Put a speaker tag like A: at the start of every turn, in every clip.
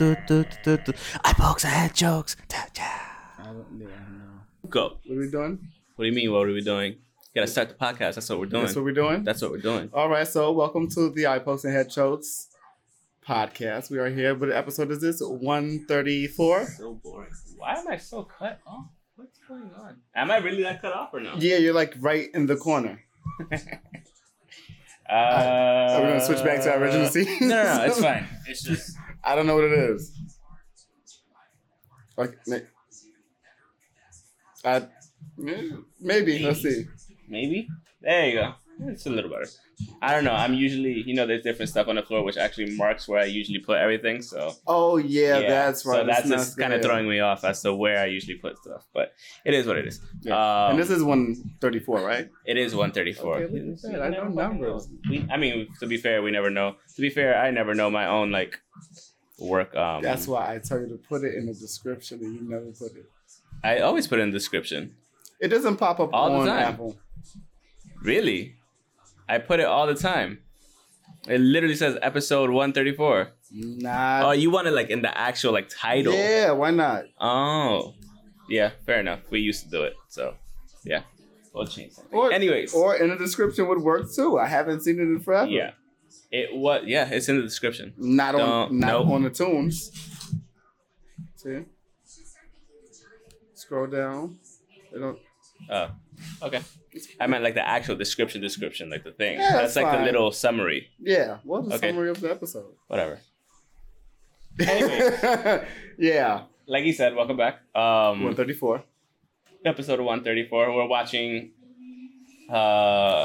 A: I box, I had jokes.
B: I don't, yeah, no.
C: Go.
B: What are we doing?
C: What do you mean? What are we doing? gotta start the podcast. That's what we're doing.
B: That's what we're doing.
C: That's what we're doing.
B: All right, so welcome to the Eye Pokes and Head Chokes podcast. We are here. What episode is this? 134?
C: So boring. Why am I so cut off? What's going on? Am I really that cut off or no?
B: Yeah, you're like right in the corner.
C: Uh,
B: So we're going to switch back to our original scene.
C: No, no, no, it's fine. It's just
B: I don't know what it is. Like, may- I, may- maybe. Let's see.
C: maybe. There you go. It's a little better. I don't know. I'm usually, you know, there's different stuff on the floor which actually marks where I usually put everything. So
B: Oh, yeah, that's right.
C: So that's
B: It's
C: just
B: not
C: kind of
B: there.
C: throwing me off as to where I usually put stuff, but it is what it is.
B: Yeah.
C: Um,
B: and this is 134, right?
C: It is 134.
B: Okay, look at that. I
C: We never
B: know
C: fucking
B: numbers.
C: know. We, I mean, to be fair, we never know. To be fair, I never know my own like work. Um,
B: That's why I tell you to put it in the description and you never put it.
C: I always put in the description.
B: It doesn't pop up
C: All the
B: on
C: time.
B: Apple.
C: Really, I put it all the time. It literally says episode 134. oh,
B: Nah.
C: you want it like in the actual like title?
B: yeah, why not?
C: Oh, yeah. Fair enough. We used to do it, so yeah. We'll change something.
B: Or-
C: Anyways,
B: Or in the description would work too. I haven't seen it in forever.
C: yeah. It was yeah. It's in the description.
B: Not
C: Don't-
B: on not
C: nope.
B: on the tunes. See? Scroll down. They don't
C: Oh, okay. I meant like the actual description, description, like the thing.
B: Yeah,
C: that's,
B: that's
C: like the
B: fine.
C: little summary,
B: yeah, well the
C: Okay.
B: summary of the episode.
C: whatever. Anyway,
B: yeah.
C: like he said, welcome back. Um,
B: One thirty four.
C: episode one thirty four. We're watching
B: A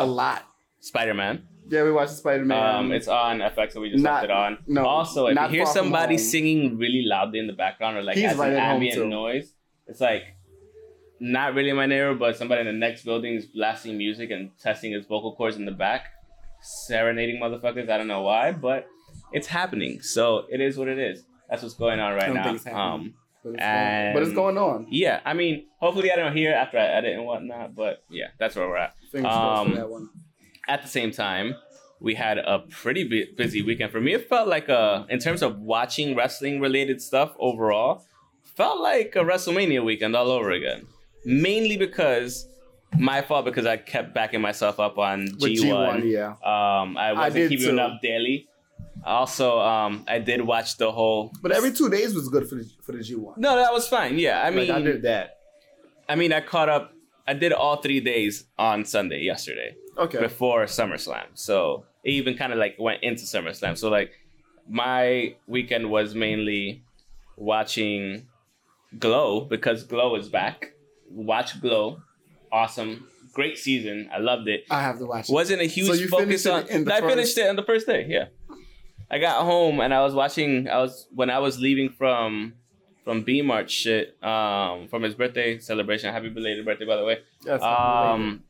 C: uh
B: lot.
C: Spider Man.
B: Yeah, we watched Spider Man.
C: Um, it's on FX, so we just
B: Not-
C: left it on.
B: no,
C: also, if you
B: not
C: hear
B: far from
C: somebody
B: home.
C: singing really loudly in the background or like
B: He's
C: as
B: right
C: an
B: at home,
C: ambient
B: too.
C: noise, it's like not really my neighbor, but somebody in the next building is blasting music and testing his vocal cords in the back, serenading motherfuckers. I don't know why, but it's happening. So it is what it is. That's what's going on
B: I
C: right
B: don't think it's
C: now.
B: happening.
C: Um,
B: but, it's going, but it's
C: and-
B: going on.
C: yeah, I mean, hopefully I don't hear after I edit and whatnot, but yeah, that's where we're at
B: Fingers crossed
C: um,
B: for that one.
C: at the same time, we had a pretty bu- busy weekend. For me, it felt like a, in terms of watching wrestling related stuff overall, felt like a WrestleMania weekend all over again. Mainly because my fault because I kept backing myself up on
B: With
C: G1.
B: G1, yeah.
C: Um, I wasn't
B: did
C: keeping
B: too.
C: it up daily. Also, um, I did watch the whole.
B: But every two days was good for the for the G one.
C: No, that was fine. Yeah, I mean,
B: like I did that.
C: I mean, I caught up. I did all three days on Sunday yesterday.
B: Okay.
C: before SummerSlam. So it even kind of like went into SummerSlam. So like my weekend was mainly watching Glow because Glow is back. Watch Glow. Awesome. Great season. I loved it.
B: I have to watch. it.
C: Wasn't a huge
B: So you
C: focus
B: finished it
C: on
B: in the
C: I
B: first-
C: finished it on the first day, yeah. I got home and I was watching I was when I was leaving from from B Mart shit, um, from his birthday celebration. Happy belated birthday by the way.
B: That's
C: Um,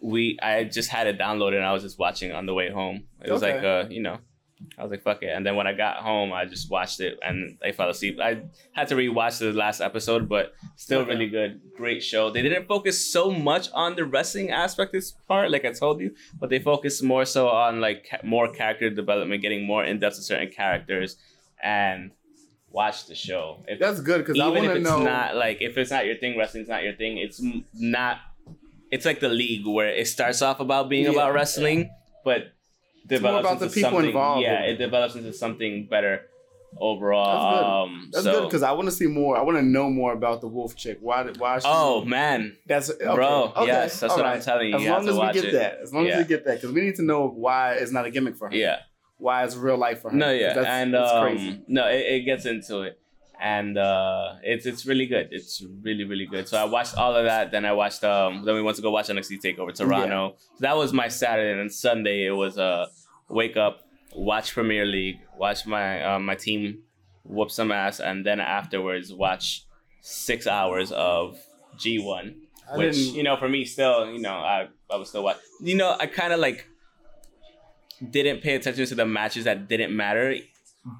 C: we I just had it downloaded and I was just watching on the way home. It was
B: Okay.
C: like uh, you know, I was like fuck it. And then when I got home, I just watched it and I fell asleep. I had to rewatch the last episode, but still
B: Okay.
C: really good, great show. They didn't focus so much on the wrestling aspect this part, like I told you, but they focused more so on like ca- more character development, getting more in depth to certain characters, and watch the show. If
B: that's good because I
C: even
B: want
C: if
B: to
C: it's
B: know.
C: not like if it's not your thing wrestling's not your thing it's m- not it's like the league where it starts off about being
B: Yeah.
C: about wrestling but develops
B: about the
C: into
B: people
C: something,
B: involved
C: yeah
B: in it.
C: it develops into something better overall
B: That's
C: um
B: that's
C: so,
B: good because I want to see more. I want to know more about the wolf chick. Why? did- Why? She,
C: oh man
B: that's okay,
C: bro
B: okay,
C: yes that's
B: all
C: what i'm
B: right.
C: telling you
B: As
C: you have
B: long
C: to
B: as we
C: watch
B: get
C: it.
B: that, as long
C: Yeah.
B: as we get that, because we need to know why it's not a gimmick for her.
C: yeah
B: Why it's real life for her.
C: No, yeah,
B: 'Cause that's-
C: and
B: it's
C: um,
B: crazy.
C: no, it, it gets into it, and uh, it's it's really good. It's really really good. So I watched all of that. Then I watched um, then we went to go watch NXT Takeover Toronto. So that was my Saturday and then Sunday. It was uh, wake up, watch Premier League, watch my uh, my team whoop some ass, and then afterwards watch six hours of G One
B: I
C: which
B: didn't-
C: you know for me still you know i i was still watching you know i kind of like didn't pay attention to the matches that didn't matter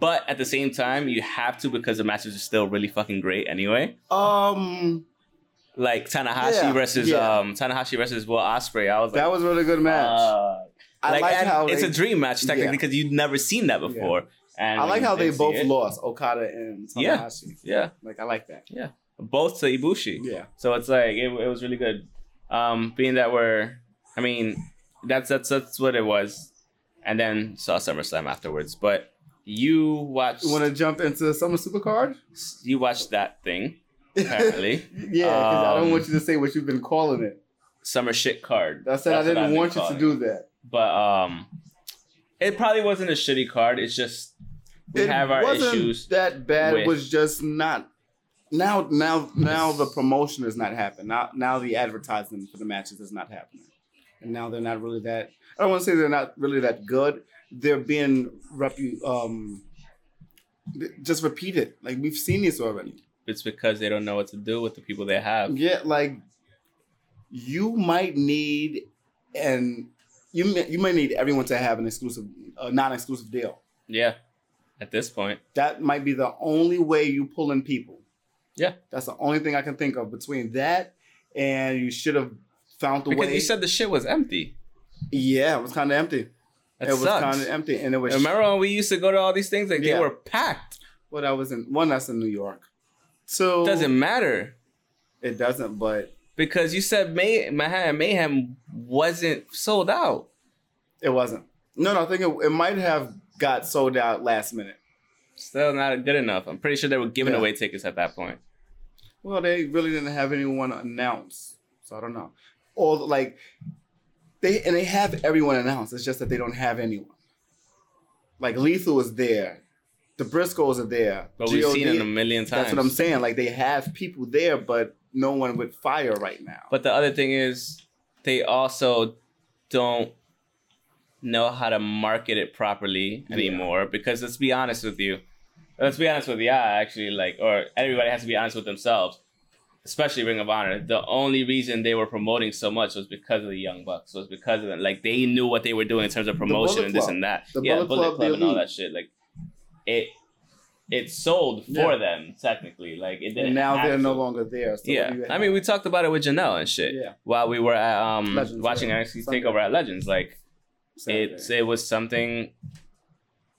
C: But at the same time, you have to because the matches are still really fucking great anyway.
B: Um,
C: Like Tanahashi
B: Yeah,
C: versus
B: yeah.
C: um Tanahashi versus Will Osprey. I was like,
B: that was a really good match.
C: uh,
B: I like,
C: and
B: how
C: it's
B: they,
C: a dream match technically
B: Yeah.
C: because you've never seen that before. And
B: I like
C: you
B: how
C: did
B: they
C: see
B: both
C: it.
B: lost Okada and
C: Yeah.
B: Tanahashi.
C: Yeah,
B: Like I like that.
C: both to Ibushi.
B: Yeah.
C: So it's like it, it was really good. Um, being that we're, I mean, that's that's that's what it was, and then saw SummerSlam afterwards. But you watched
B: You want to jump into Summer Supercard?
C: you watched that thing
B: yeah,
C: apparently
B: because I
C: Um,
B: don't want you to say what you've been calling it.
C: Summer Shit Card.
B: I said
C: That's
B: I
C: what I've
B: didn't
C: been
B: want you to
C: calling
B: do that.
C: it. But um, it probably wasn't a shitty card. It's just we
B: it
C: have our
B: wasn't
C: issues.
B: That bad
C: with-
B: was just not. Now, now, now the promotion is not happening. Now, now the advertising for the matches is not happening, and now they're not really that. I don't want to say they're not really that good. They're being repu- um, th- just repeated. Like we've seen this already.
C: It's because they don't know what to do with the people they have.
B: Yeah, like you might need, and you may, you might need everyone to have an exclusive, a non-exclusive deal.
C: Yeah. At this point,
B: That might be the only way you pull in people.
C: Yeah.
B: that's the only thing I can think of between that and you should have found the
C: because
B: way.
C: you said the shit was empty.
B: yeah, it was kind of empty.
C: That
B: it was
C: sucks.
B: kind of empty, and it was
C: Remember when we used to go to all these things? Like
B: Yeah.
C: they were packed.
B: what I was in. One that's in New York, so
C: Doesn't matter
B: it doesn't. But
C: because you said May Manhattan Mayhem wasn't sold out.
B: it wasn't. No, no, I think it, it might have got sold out last minute.
C: Still not good enough. I'm pretty sure they were giving
B: Yeah.
C: away tickets at that point.
B: Well, they really didn't have anyone announce, so I don't know. Or like they and they have everyone announced. It's just that they don't have anyone. Like Lethal is there, the Briscoes are there.
C: But we've seen
B: GOD
C: it a million times.
B: That's what I'm saying. Like they have people there, but no one with fire right now.
C: But the other thing is, they also don't know how to market it properly
B: Yeah.
C: anymore. Because let's be honest with you, let's be honest with you. I actually like, or everybody has to be honest with themselves, especially Ring of Honor. The only reason they were promoting so much was because of the Young Bucks. Was because of it. Like they knew what they were doing in terms of promotion
B: Bullet
C: and this
B: Club.
C: and that.
B: The
C: yeah,
B: Bullet
C: Bullet
B: Club,
C: Club
B: the
C: and all
B: Elite.
C: that shit. Like it, it sold for
B: Yeah.
C: them technically. Like it didn't.
B: and now
C: have
B: they're no
C: to.
B: longer there. So what
C: Yeah,
B: do you
C: I mean, we talked about it with Janelle and shit
B: yeah,
C: while we were at um
B: Legends,
C: watching
B: yeah.
C: NXT
B: Sunday.
C: Takeover at Legends. Like it's
B: Saturday.
C: it was something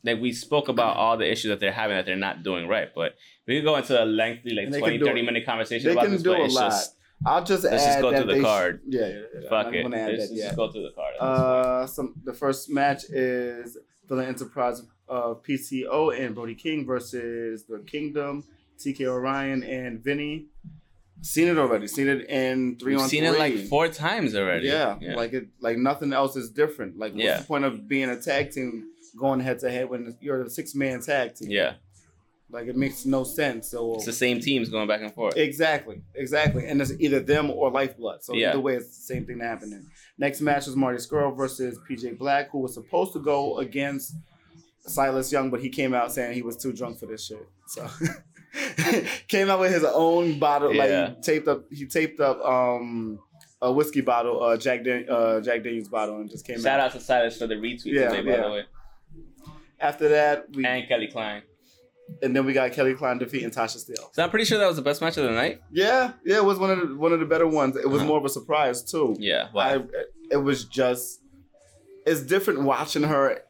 C: that we spoke about all the issues that they're having that they're not doing right. But we could go into a lengthy like
B: And they
C: 20,
B: can do
C: 30
B: it.
C: minute conversation
B: They
C: about
B: can
C: this,
B: do
C: but
B: a
C: it's
B: lot.
C: just
B: I'll just
C: let's just
B: add
C: go
B: that
C: through the
B: they sh-
C: card.
B: yeah, yeah, yeah.
C: fuck
B: I'm
C: it.
B: gonna add
C: Let's
B: that,
C: just
B: yeah.
C: go through the card.
B: Uh, some the first match is Villa Enterprise uh, of PCO and Brody King versus the Kingdom, TK Orion and Vinny. Seen it already. Seen it in 3
C: We've
B: on
C: seen
B: three.
C: it like four times already.
B: Yeah, like it, like nothing else is different. Like, what's
C: Yeah.
B: the point of being a tag team going head to head when you're a six man tag team?
C: yeah.
B: like it makes no sense. So
C: It's the same teams going back and forth.
B: Exactly, exactly. And it's either them or Lifeblood. So
C: Yeah.
B: either way, it's the same thing that happened. then. Next match was Marty Skrull versus PJ Black, who was supposed to go against Silas Young, but he came out saying he was too drunk for this shit. So came out with his own bottle,
C: Yeah.
B: like he taped up. He taped up um a whiskey bottle, uh Jack Dan- uh Jack Daniels bottle, and just came
C: Shout
B: out.
C: out to Silas for the retweet
B: Yeah,
C: today, by
B: yeah.
C: the way,
B: After that, we
C: and Kelly Klein.
B: and then we got Kelly Klein defeating Tasha Steele.
C: So I'm pretty sure that was the best match of the night.
B: Yeah, yeah, it was one of the, one of the better ones. It was
C: Uh-huh.
B: more of a surprise too.
C: Yeah. Wow.
B: I, it was just it's different watching her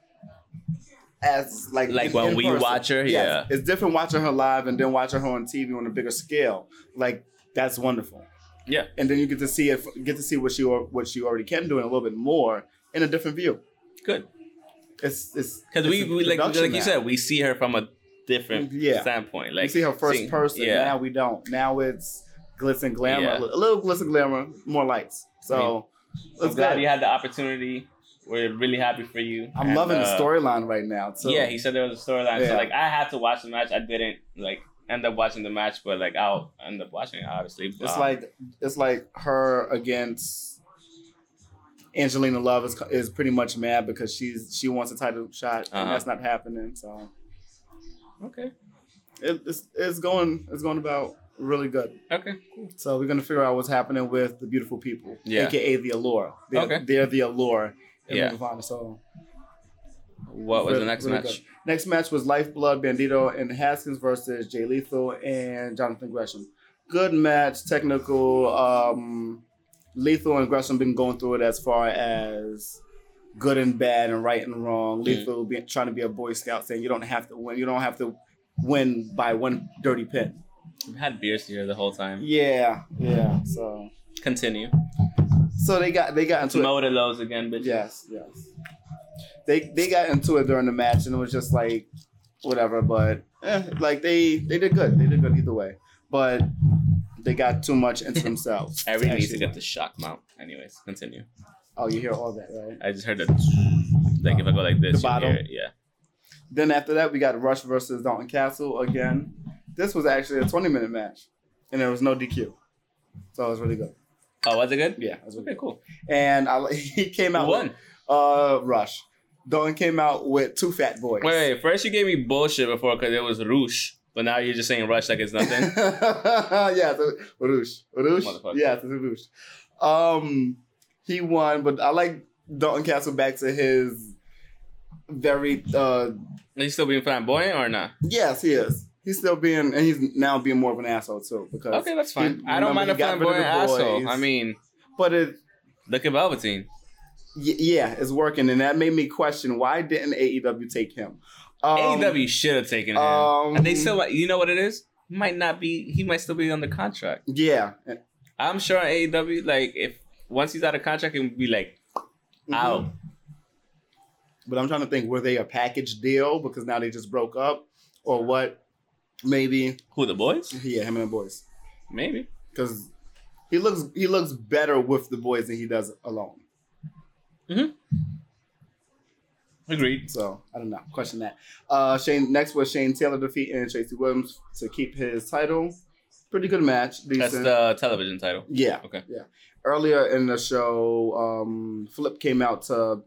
B: as like
C: Like
B: in-
C: when
B: in
C: we watch her? Yeah.
B: it's different watching her live and then watching her on TV on a bigger scale. Like that's wonderful.
C: Yeah.
B: and then you get to see it, get to see what she al- what she already can do and a little bit more in a different view.
C: Good.
B: It's it's
C: Because
B: it's
C: we,
B: a
C: we like like
B: production
C: you
B: now.
C: said, we see her from a different
B: Mm, Yeah.
C: standpoint.
B: We
C: Like
B: see her first
C: seeing-
B: person.
C: Yeah,
B: Now we don't. Now it's glitz and glamour.
C: Yeah.
B: A little glitz and glamour, more lights. So
C: I'm
B: let's
C: glad
B: go.
C: you had the opportunity. We're really happy for you.
B: I'm
C: And,
B: loving
C: uh,
B: the storyline right now. So
C: yeah, he said there was a storyline. So
B: Yeah.
C: like I had to watch the match. I didn't like end up watching the match, but like I'll end up watching it obviously.
B: It's
C: Um,
B: like it's like her against Angelina Love is is pretty much mad because she's she wants a title shot and
C: Uh-huh.
B: that's not happening. So
C: um, okay,
B: it, it's it's going it's going about really good.
C: okay,
B: So we're gonna figure out what's happening with the beautiful people,
C: Yeah.
B: aka the Allure. They're,
C: Okay.
B: they're the Allure. in
C: Yeah.
B: Ring of Honor. So
C: What was
B: Really-
C: the next
B: really
C: match?
B: good. Next match was Lifeblood Bandito and Haskins versus Jay Lethal and Jonathan Gresham. Good match, technical. Um, Lethal and Gresham been going through it as far as good and bad and right and
C: Mm.
B: wrong. Lethal being, trying to be a Boy Scout, saying you don't have to win. You don't have to win by one dirty pin.
C: I've had beers here the whole time.
B: Yeah, yeah. So,
C: Continue.
B: so they got they got into it.
C: Tomato lows again, bitch.
B: Yes, yes. They they got into it during the match, and it was just like whatever. But eh, like they they did good. They did good either way. But they got too much into themselves.
C: Every needs to
B: actually-
C: get the shock mount. Anyways, continue.
B: Oh, you hear all that, right?
C: I just heard that. Like if I go like this,
B: The
C: you
B: bottom.
C: hear it. Yeah.
B: Then after that, we got Rush versus Dalton Castle again. This was actually a twenty minute match, and there was no DQ, so it was really good.
C: Oh, was it good?
B: Yeah, it was really
C: Okay,
B: good.
C: cool.
B: And I, he came
C: Who
B: out
C: won?
B: with uh Rush. Dalton came out with two fat boys.
C: Wait, wait. First you gave me bullshit before because it was Roosh, but now you're just saying Rush like it's nothing.
B: yeah, so Urush. Urush?
C: Motherfucker.
B: Yeah, it's Urush. Um, he won, but I like Dalton Castle back to his very uh
C: Are you still being flamboyant or not?
B: yes, he is. He's still being and he's now being more of an asshole too because
C: Okay, that's fine.
B: he-
C: I don't
B: remember
C: mind a
B: he got rid of the
C: flamboyant asshole.
B: boys.
C: I mean,
B: but it
C: look at Velveteen.
B: y- yeah, it's working and that made me question why didn't AEW take him? Um,
C: AEW should have taken him.
B: um,
C: E and they still, might- you know what it is? Might not be. He might still be under contract.
B: yeah
C: I'm sure AEW, like if once he's out of contract, it would be like
B: Mhm.
C: out.
B: But I'm trying to think, were they a package deal because now they just broke up, or what? Maybe
C: Who the boys?
B: yeah, him and the boys
C: Maybe.
B: because he looks he looks better with the boys than he does alone.
C: Agreed.
B: So I don't know. Question that. Uh, Shane next was Shane Taylor defeating Tracy Williams to keep his title. Pretty good match.
C: That's
B: Decent.
C: the television title.
B: yeah.
C: Okay.
B: Yeah. Earlier in the show, um, Flip came out to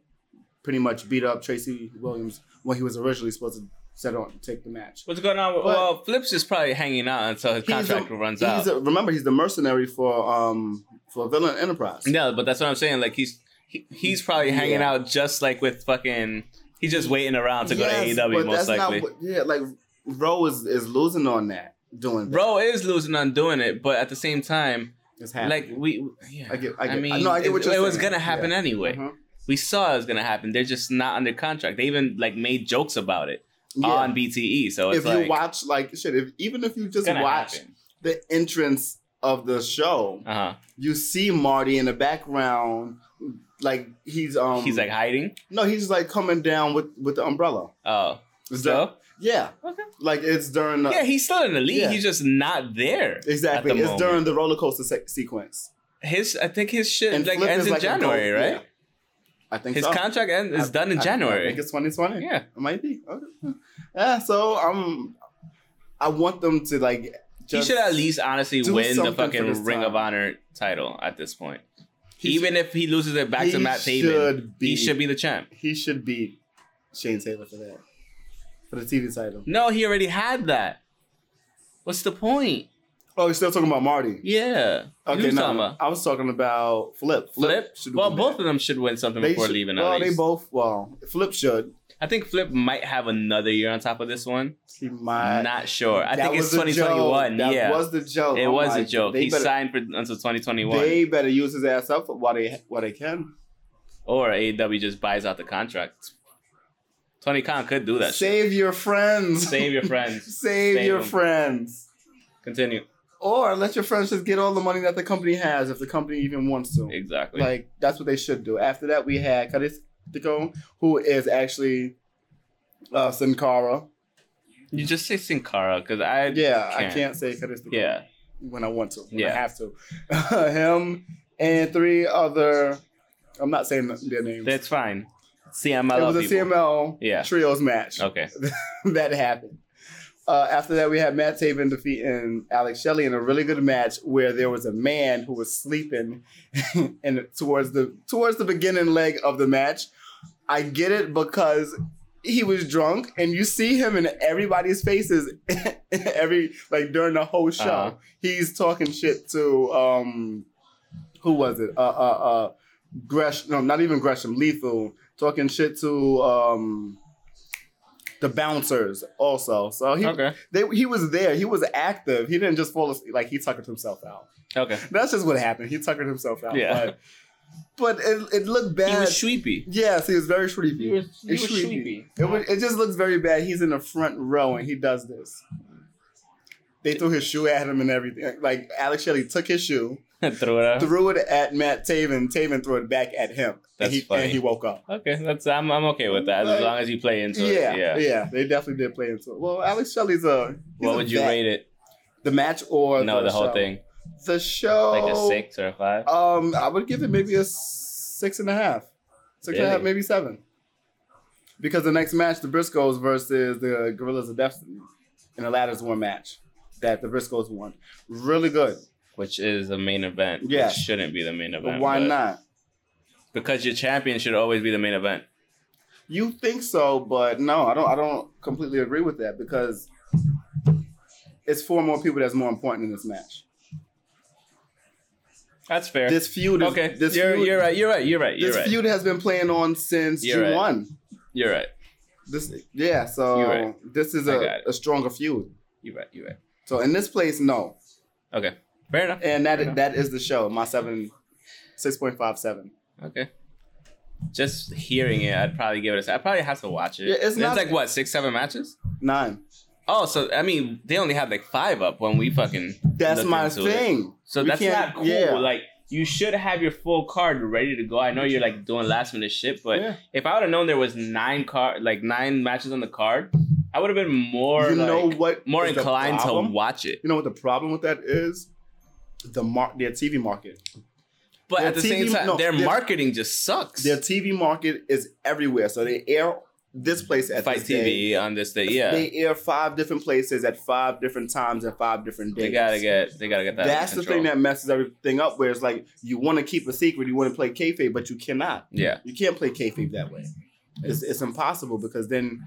B: pretty much beat up Tracy Williams when he was originally supposed to set on take the match.
C: What's going on? With,
B: But-
C: well, Flips is probably hanging out until his
B: He's
C: contract
B: a-
C: runs
B: he's
C: out.
B: a- remember, he's the mercenary for um for Villain Enterprise.
C: no, but that's what I'm saying. Like he's he, he's probably hanging
B: Yeah.
C: out just like with fucking. He's just waiting around to
B: Yes,
C: go to AEW
B: but
C: most
B: that's not
C: likely.
B: what- yeah, like Roe is is losing on that doing that.
C: Bro is losing on doing it, but at the same time,
B: It's happening.
C: like we, yeah,
B: I get- I get-
C: mean,
B: no, I get what
C: it,
B: you're
C: it was
B: saying.
C: gonna happen
B: Yeah.
C: anyway.
B: Uh-huh.
C: We saw it was gonna happen. They're just not under contract. They even like made jokes about it
B: Yeah.
C: on BTE. So it's
B: if
C: like
B: you watch like shit, if even if you just
C: gonna
B: watch
C: happen.
B: the entrance of the show,
C: Uh
B: you see Marty in the background, like he's
C: huh.
B: um
C: He's like hiding.
B: no, he's like coming down with with the umbrella.
C: Oh,
B: It's
C: so
B: dur- yeah,
C: okay.
B: like it's during the
C: Yeah, he's still in the league.
B: Yeah.
C: He's just not there. at
B: exactly
C: the
B: it's
C: moment.
B: during the roller coaster se- sequence.
C: his. I think his shit like
B: Flip
C: ends
B: is
C: in
B: like a
C: January,
B: gold-
C: right?
B: yeah. I think
C: His
B: so.
C: contract end is
B: I-
C: done in
B: I- I,
C: January.
B: think it's 2020.
C: yeah,
B: It might be. Okay. Yeah, so um, I want them to like.
C: he
B: just-
C: should at least honestly
B: do
C: win the
B: something for this
C: fucking Ring
B: time.
C: of Honor title at this point.
B: he
C: Even if he loses it back
B: he
C: to Matt Taven,
B: should
C: he
B: be-
C: should be the champ.
B: he should beat Shane Taylor for that for the TV title.
C: No, he already had that. What's the point?
B: Oh, you're still talking about Marty?
C: Yeah.
B: Okay,
C: You
B: no,
C: talking about
B: I was talking about Flip.
C: Flip?
B: should
C: Well,
B: win
C: both
B: that.
C: of them should win something
B: They
C: before
B: should-
C: leaving.
B: Well,
C: at
B: they
C: least.
B: both. Well, Flip should.
C: I think Flip might have another year on top of this one.
B: He might.
C: Not sure. I
B: That
C: think it's
B: was the joke.
C: 2021.
B: That
C: Yeah.
B: was the joke.
C: it
B: Oh
C: was
B: my-
C: a joke.
B: They
C: He
B: better-
C: signed for until 2021.
B: They better use his ass up while they while they can.
C: or AEW just buys out the contract. Tony Khan could do that. Save,
B: Save your friends.
C: Save your friends.
B: Save,
C: Save
B: your
C: 'em.
B: friends.
C: Continue.
B: Or let your friends just get all the money that the company has if the company even wants to.
C: Exactly.
B: Like that's what they should do. After that, we had Cadistico, who is actually uh, Sin Cara.
C: you just say Sin Cara because I
B: Yeah, I
C: Can't.
B: can't say Cadistico
C: yeah
B: when I want to. When I
C: Yeah.
B: have to. Him and three other. I'm not saying their names.
C: that's fine. CML.
B: it was a
C: people.
B: CML
C: Yeah.
B: trios match.
C: Okay.
B: that happened. Uh, after that, we had Matt Taven defeating Alex Shelley in a really good match where there was a man who was sleeping, and towards the towards the beginning leg of the match, I get it because he was drunk, and you see him in everybody's faces every like during the whole show.
C: Uh-huh.
B: He's talking shit to um, who was it? Uh, uh, uh, Gresham. No, not even Gresham. Lethal talking shit to um, the bouncers also. So he
C: Okay.
B: they, he was there. He was active. He didn't just fall asleep. Like he tuckered himself out.
C: Okay.
B: That's just what happened. He tuckered himself out.
C: Yeah.
B: But, but it, it looked bad.
C: He was sweepy.
B: yes, he was very sleepy.
C: He was, he
B: It's
C: was
B: creepy.
C: sweepy.
B: It, was, it just looks very bad. He's in the front row and he does this. They threw his shoe at him and everything. Like Alex Shelley took his shoe,
C: Throw it out.
B: threw it at Matt Taven. Taven threw it back at him.
C: That's
B: and he,
C: funny.
B: And he woke up.
C: Okay, that's I'm I'm okay with that as
B: Like-
C: long as you play into
B: yeah,
C: it.
B: yeah,
C: Yeah.
B: They definitely did play into it. Well, Alex Shelley's a. he's
C: What
B: a
C: would you
B: vet.
C: rate it?
B: The match or
C: No, the whole
B: show? Oh.
C: thing.
B: The show.
C: Like a six or a five.
B: Um, I would give it maybe a six and a half, six and a half,
C: Really?
B: maybe seven. Because the next match, the Briscoes versus the Gorillas of Destiny, and the latter's one match that the Briscoes won. Really good.
C: which is the main event.
B: Yeah.
C: Which shouldn't be the main
B: But
C: event.
B: why
C: but-
B: not?
C: Because your champion should always be the main event.
B: You think so, but no, I don't. I don't completely agree with that because it's four more people that's more important in this match.
C: That's fair.
B: This feud. Is,
C: okay.
B: This
C: you're,
B: feud,
C: you're right. You're right. You're right. You're
B: This
C: right.
B: feud has been playing on since
C: You're right.
B: G one.
C: You're right.
B: This yeah. So
C: You're right.
B: this is
C: I got
B: a,
C: it.
B: a stronger feud.
C: You're right. You're right.
B: So in this place, no.
C: Okay. Fair enough.
B: And that
C: Okay.
B: that is the show. My seven, six point five seven.
C: Okay. Just hearing it, I'd probably give it a. se- I probably have to watch it.
B: Yeah, it's not-
C: like what six, seven matches.
B: Nine.
C: Oh, so I mean, they only had like five up when we fucking.
B: That's
C: looked
B: my
C: into it.
B: thing.
C: So
B: We
C: that's
B: can't-
C: not cool.
B: yeah.
C: Like you should have your full card ready to go. I know you're like doing last minute shit, but
B: Yeah.
C: if I would have known there was nine card, like nine matches on the card, I would have been more
B: you
C: like,
B: know what?
C: more
B: is the
C: inclined to
B: problem?
C: watch it.
B: You know what the problem with that is? The mar- their TV market.
C: But
B: Their
C: at the
B: TV
C: same time,
B: no,
C: their
B: their-
C: marketing just sucks.
B: Their TV market is everywhere. So they air this place at
C: Fight
B: this day.
C: TV on this day, yeah. They,
B: They air five different places at five different times and five different days.
C: gotta get, they gotta get that.
B: That's the thing
C: that.
B: that messes everything up. Where it's like you want to keep a secret, you want to play kayfabe, but you cannot.
C: Yeah,
B: You can't play kayfabe that way. It's, it's impossible because then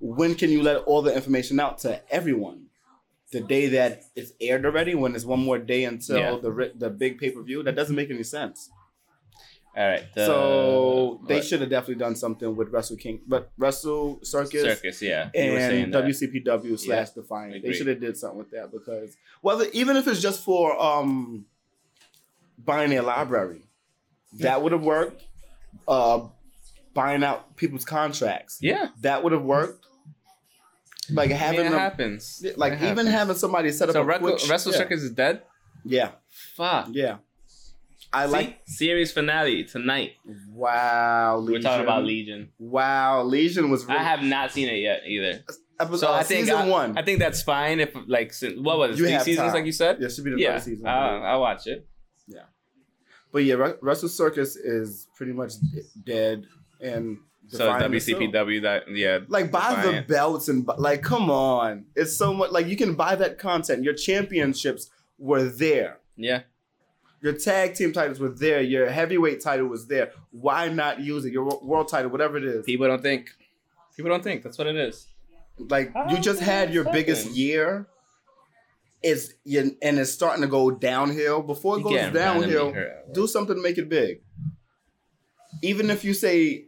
B: when can you let all the information out to everyone? The day that it's aired already, when it's one more day until
C: Yeah.
B: the ri- the big pay per view, that doesn't make any sense.
C: all right. the-
B: so they
C: what?
B: should have definitely done something with Wrestle King, but Wrestle Circus,
C: circus, yeah. You were saying
B: and
C: that.
B: WCPW slash Defiant. They
C: Agreed.
B: should have did something with that because whether even if it's just for um buying a library, that would have worked. Uh, buying out people's contracts,
C: yeah,
B: that would have worked. Like
C: I mean,
B: having
C: it
B: them,
C: happens.
B: like
C: It
B: even
C: happens.
B: having somebody set up
C: so
B: a
C: Reco-
B: quick,
C: Wrestle
B: yeah.
C: Circus is dead.
B: Yeah,
C: Fuck.
B: yeah. I
C: See?
B: like.
C: series finale tonight.
B: Wow, Legion.
C: We're talking about Legion.
B: Wow, Legion was.
C: I have not seen it yet either.
B: episode, uh,
C: So I think
B: season
C: I,
B: one.
C: I think that's fine if like since, what was it,
B: You
C: three
B: have
C: seasons
B: time.
C: like you said.
B: yeah, should be the
C: yeah, uh,
B: first season.
C: I'll, I'll watch it.
B: But yeah, Ru- Russell Circus is pretty much d- dead and
C: So
B: defined as well.
C: WCPW that yeah.
B: Like buy
C: Defiant.
B: the belts and bu- like come on, it's so much. Like you can buy that content. Your championships were there.
C: Yeah,
B: Your tag team titles were there. Your heavyweight title was there. Why not use it? Your wo- world title, whatever it is.
C: people don't think. People don't think. That's what it is.
B: Like you just had your biggest
C: Something.
B: year. It's and it's starting to go downhill. Before it
C: You
B: goes
C: can't
B: downhill,
C: randomly hurt.
B: do something to make it big. Even if you say,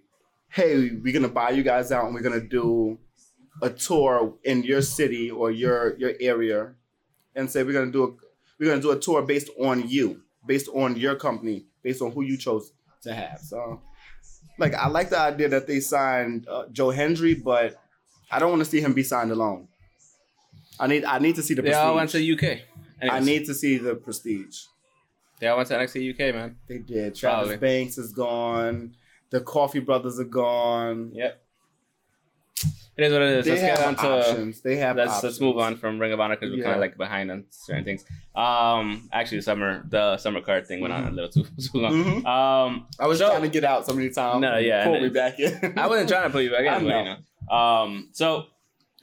B: "Hey, we're gonna buy you guys out and we're gonna do a tour in your city or your your area," and say we're gonna do a we're gonna do a tour based on you, based on your company, based on who you chose to have. So, like, I like the idea that they signed uh, Joe Hendry, but I don't want to see him be signed alone. I need I need to see the
C: They all went
B: prestige.
C: to UK.
B: I
C: Anyways,
B: need to see the prestige.
C: They all went to NXT UK, man.
B: They did. Travis
C: Probably.
B: Banks is gone. The Coffee Brothers are gone.
C: Yep. It is what it is.
B: They
C: Let's
B: have
C: get on to.
B: options. They have
C: let's
B: options.
C: let's move on from Ring of Honor because we're kind
B: Yeah.
C: of like behind on certain things. Um, actually, the summer the summer card thing went on a little too, too long.
B: Mhm.
C: Um,
B: I was
C: So-
B: trying to get out so many times.
C: No, yeah,
B: Pull
C: and
B: me
C: it-
B: back in.
C: I wasn't trying to put you back
B: I
C: in, but,
B: know.
C: you know. Um, so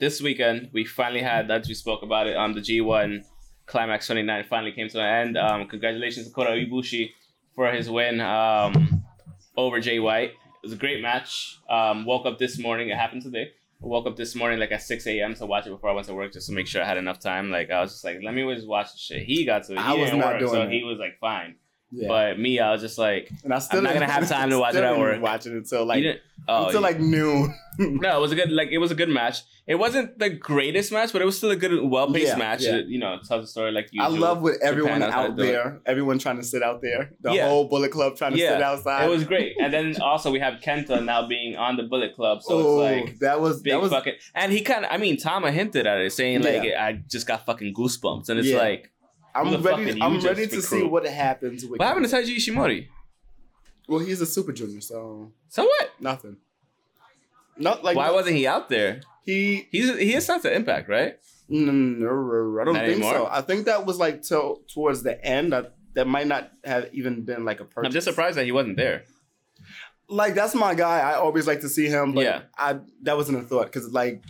C: this weekend we finally had as we spoke about it on the G1 Climax 29 finally came to an end. Um, congratulations to Kota Ibushi for his win um, over Jay White. It was a great match. Um, woke up this morning. It happened today. I woke up this morning like at 6 a.m. to watch it before I went to work just to make sure I had enough time. Like I was just like, let me just watch the shit. He got to. He
B: I was
C: didn't
B: not
C: work,
B: doing
C: so
B: that.
C: he was like fine.
B: Yeah.
C: But me, I was just like,
B: and I still
C: I'm not
B: didn't-
C: gonna have time to watch it
B: still
C: at
B: didn't
C: work.
B: Watch it until
C: you
B: like
C: didn't- oh,
B: until like noon.
C: no, it was a good like it was a good match. It wasn't the greatest match, but it was still a good, well paced
B: Yeah,
C: match.
B: yeah.
C: You know, it tells a story like you.
B: I love with everyone
C: knows how to
B: out
C: do it.
B: there, everyone trying to sit out there, the
C: Yeah.
B: whole Bullet Club trying to
C: Yeah.
B: sit outside.
C: It was great, and then also we have Kenta now being on the Bullet Club, so
B: oh,
C: it's like.
B: that was
C: Big
B: that was
C: fucking, and he kind of, I mean, Tama hinted at it, saying like, "I just got fucking goosebumps," and it's
B: Yeah.
C: like, who
B: I'm
C: the fuck
B: ready.
C: did you
B: I'm
C: just
B: ready to see
C: recruit?
B: what happens with.
C: "What happened to Taiji Ishimori?"
B: Well, he's a super junior, so
C: So what?
B: nothing. Not like
C: Why wasn't he out there?
B: he?
C: He's he is signed to Impact, right?
B: No, no, no, I don't
C: Not
B: think so.
C: anymore?
B: I think that was like till towards the end. I, that might not have even been like a purchase.
C: I'm just surprised that he wasn't there.
B: Like that's my guy. I always like to see him, but
C: Yeah.
B: I that wasn't a thought because like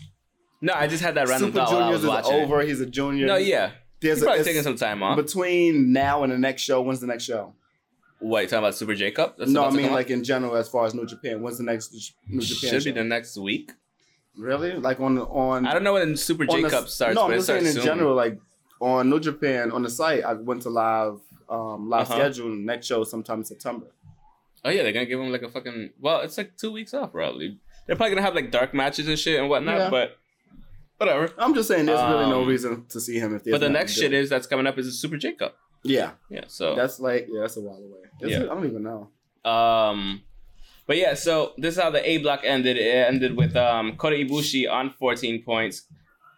C: No, I just had that random
B: Super
C: thought while I
B: Juniors
C: was
B: is
C: watching. it.
B: over. He's a junior.
C: No, yeah,
B: There's
C: he's
B: a,
C: probably
B: it's-
C: taking some time off.
B: between now and the next show. When's the next show?
C: What you talking about Super Jacob? That's
B: no,
C: about
B: I
C: to
B: mean
C: come out?
B: like in general as far as New Japan. When's the next New Japan?
C: should be
B: show?
C: the next week.
B: Really? Like on on
C: I don't know when Super
B: Um, on the-
C: Jacob starts,
B: No,
C: but
B: I'm
C: it
B: just saying
C: starts
B: in
C: soon.
B: general, like on New Japan on the site, I went to live um live
C: Uh-huh.
B: schedule next show sometime in September.
C: Oh yeah, they're gonna give him like a fucking. Well, it's like two weeks off probably. They're probably gonna have like dark matches and shit and whatnot,
B: Yeah.
C: but whatever.
B: I'm just saying there's really no
C: Um,
B: reason to see him if there's
C: but the
B: nothing
C: next
B: to do.
C: shit is that's coming up is Super Jacob.
B: Yeah.
C: Yeah, so
B: That's like yeah, that's a while away. Is
C: Yeah.
B: it? I don't even know.
C: Um, but yeah, so this is how the A block ended. It ended with um, Kota Ibushi on 14 points,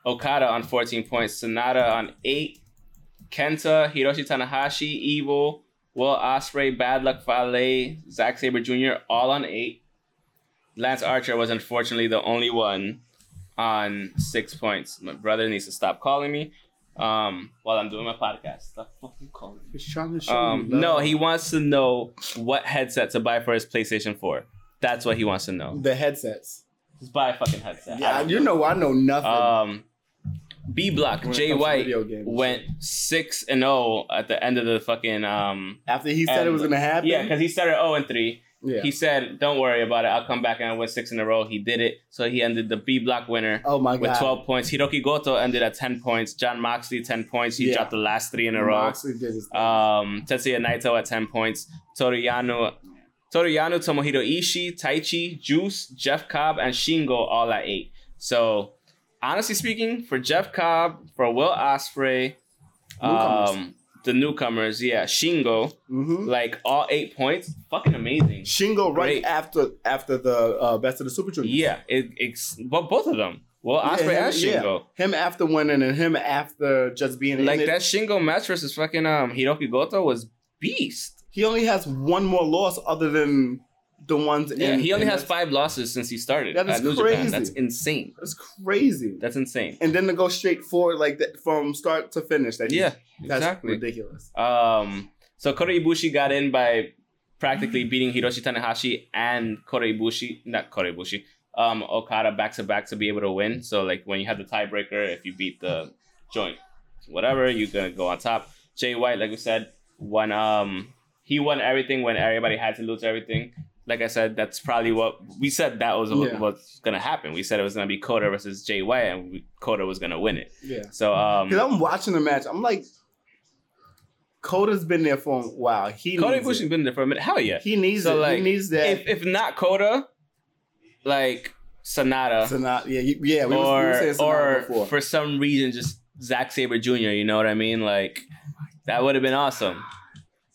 C: Okada on 14 points, Sonata on 8, Kenta, Hiroshi Tanahashi, Evil, Will Osprey, Bad Luck Fale, Zack Sabre Jr., all on 8. Lance Archer was unfortunately the only one on 6 points. My brother needs to stop calling me um, while I'm doing my podcast. Stop fucking calling me.
B: He's trying to show
C: Um,
B: you
C: no,
B: love.
C: he wants to know what headset to buy for his PlayStation 4. That's what he wants to know.
B: the headsets.
C: Just buy a fucking headset. I
B: Yeah,
C: don't
B: you know I know nothing.
C: Um, B Block
B: When it
C: Jay
B: comes to
C: White
B: video games.
C: went six and zero at the end of the fucking um.
B: After he said
C: and-
B: it was gonna happen.
C: Yeah, because he started zero and three.
B: yeah.
C: He said, "Don't worry about it. I'll come back and I win six in a row." He did it, so he ended the B Block winner.
B: oh my
C: With
B: god.
C: 12 points, Hiroki Goto ended at 10 points. John Moxley 10 points. He
B: Yeah.
C: dropped the last three in a row.
B: Moxley did his thing.
C: Um, Tetsuya Naito at 10 points. Toriyano, Toriyano, Tomohiro Ishii, Taichi, Juice, Jeff Cobb, and Shingo all at 8. So, honestly speaking, for Jeff Cobb, for Will Ospreay,
B: Newcomers.
C: um, the newcomers, yeah, Shingo,
B: Mhm.
C: like all 8 points, fucking amazing.
B: Shingo right
C: Great.
B: after after the uh, best of the Super Juniors.
C: Yeah, it, it's, but both of them. Will Ospreay
B: him-
C: and
B: yeah.
C: Shingo.
B: him after winning and him after just being in
C: Like
B: it.
C: that Shingo match versus fucking um, Hiroki Goto was beast.
B: He only has one more loss other than the ones.
C: Yeah,
B: in,
C: he only
B: in
C: has
B: that-
C: five losses since he started.
B: That is
C: at New Japan.
B: crazy.
C: That's insane.
B: That's crazy.
C: That's insane.
B: and then to go straight forward like that from start to finish. That
C: Yeah,
B: that's
C: exactly.
B: ridiculous.
C: Um, so Kota Ibushi got in by
B: Mm.
C: practically beating Hiroshi Tanahashi and Kota Ibushi, not Kota Ibushi, um, Okada back to back to be able to win. So like when you have the tiebreaker, if you beat the joint, whatever, you're gonna go on top. Jay White, like we said, won. Um, he won everything when everybody had to lose everything. Like I said, that's probably what we said. That was what
B: Yeah.
C: what's gonna happen. We said it was gonna be Kota versus Jay White, and we, Kota was gonna win it.
B: Yeah,
C: So um,
B: because I'm watching the match. I'm like, Coda's been there for a while. He
C: Kota
B: needs
C: Ibushi's
B: it.
C: been there for a minute. Hell yeah.
B: He needs
C: So,
B: it.
C: like,
B: he needs that.
C: if, if not Coda, like Sonata,
B: to not, yeah, you- yeah. We
C: uh, or
B: was, we was saying
C: or
B: Sonata before.
C: for some reason just Zack Saber Jr. You know what I mean? Like that would have been awesome.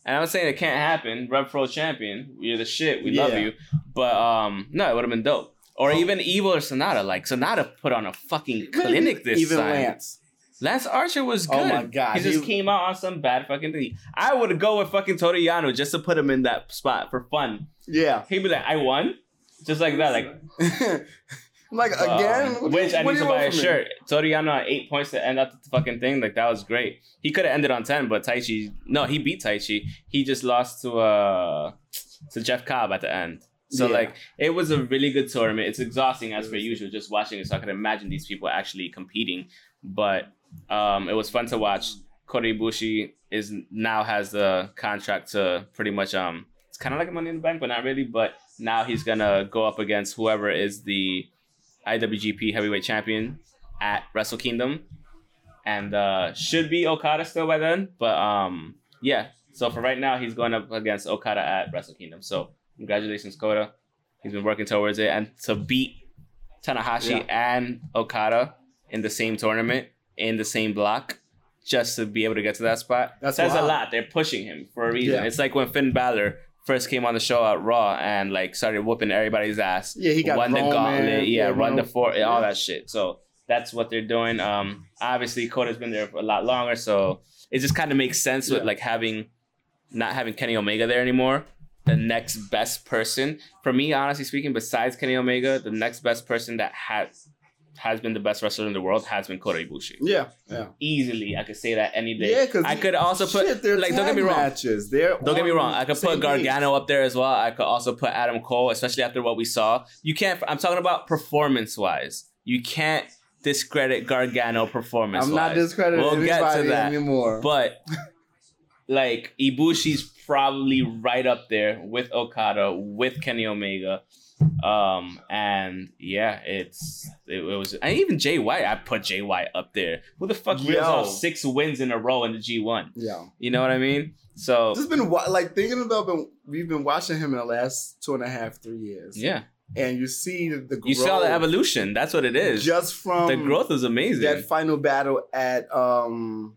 C: And I'm not saying it can't happen. Red Pro Champion, you're the shit. We love
B: Yeah.
C: you. But um, no, it would have been dope. Or
B: Oh.
C: even Evil or Sonata. Like Sonata put on a fucking clinic this
B: even
C: time.
B: Lance.
C: Lance Archer was good.
B: Oh my God,
C: He just
B: he-
C: came out on some bad fucking thing. I would go with fucking Toriyano just to put him in that spot for fun.
B: Yeah,
C: He'd be like, I won. Just like that. Like
B: like
C: um,
B: again. what do you-
C: which I
B: what do
C: need to
B: you
C: buy
B: want
C: a
B: from me?
C: shirt. Toriyano on eight points to end up the fucking thing. Like that was great. He could have ended on ten, but Taichi no, he beat Taichi. He just lost to uh to Jeff Cobb at the end. So
B: Yeah.
C: like it was a really good tournament. It's exhausting as
B: It
C: per
B: was.
C: usual, just watching it. So I could imagine these people actually competing. But um it was fun to watch. Kota Ibushi is now has the contract to pretty much um it's kind of like Money in the Bank, but not really. But now he's gonna go up against whoever is the IWGP Heavyweight Champion at Wrestle Kingdom, and uh, should be Okada still by then. But um, yeah, So for right now, he's going up against Okada at Wrestle Kingdom. So congratulations, Kota. He's been working towards it, and to beat Tanahashi and Okada in the same tournament in the same block, just to be able to get to that spot,
B: That's
C: says a
B: wild.
C: lot. They're pushing him for a reason.
B: Yeah.
C: It's like when Finn Balor first came on the show at Raw and like started whooping everybody's ass.
B: Yeah, he got
C: won the
B: Roman,
C: gauntlet,
B: yeah,
C: yeah, run
B: won-
C: the four, and all
B: yeah.
C: that shit. So that's what they're doing. Um, obviously, Coda's been there for a lot longer, so it just kind of makes sense with
B: Yeah.
C: like having not having Kenny Omega there anymore. The next best person for me, honestly speaking, besides Kenny Omega, the next best person that has has been the best wrestler in the world has been Kota Ibushi.
B: Yeah, yeah,
C: Easily, I could say that any day.
B: yeah. Because
C: I could also put
B: shit, they're
C: like don't
B: tag
C: get me wrong.
B: Matches. They're
C: Don't get me
B: on
C: wrong. I could
B: same
C: put
B: page.
C: Gargano up there as well. I could also put Adam Cole, especially after what we saw. You can't. I'm talking about performance wise. You can't discredit Gargano performance.
B: I'm not discrediting
C: We'll get to
B: anybody
C: that.
B: anymore.
C: But like Ibushi's probably right up there with Okada, with Kenny Omega. Um and yeah, it's it, was and even Jay White, I put Jay White up there. Who the fuck reels
B: Yo.
C: off six wins in a row in the G one?
B: yeah,
C: You know what I mean? So
B: just been wa- like thinking about. Been, we've been watching him in the last two and a half, three years.
C: yeah.
B: and you see the growth.
C: You saw the evolution. That's what it is.
B: just from
C: the growth is amazing.
B: that final battle at um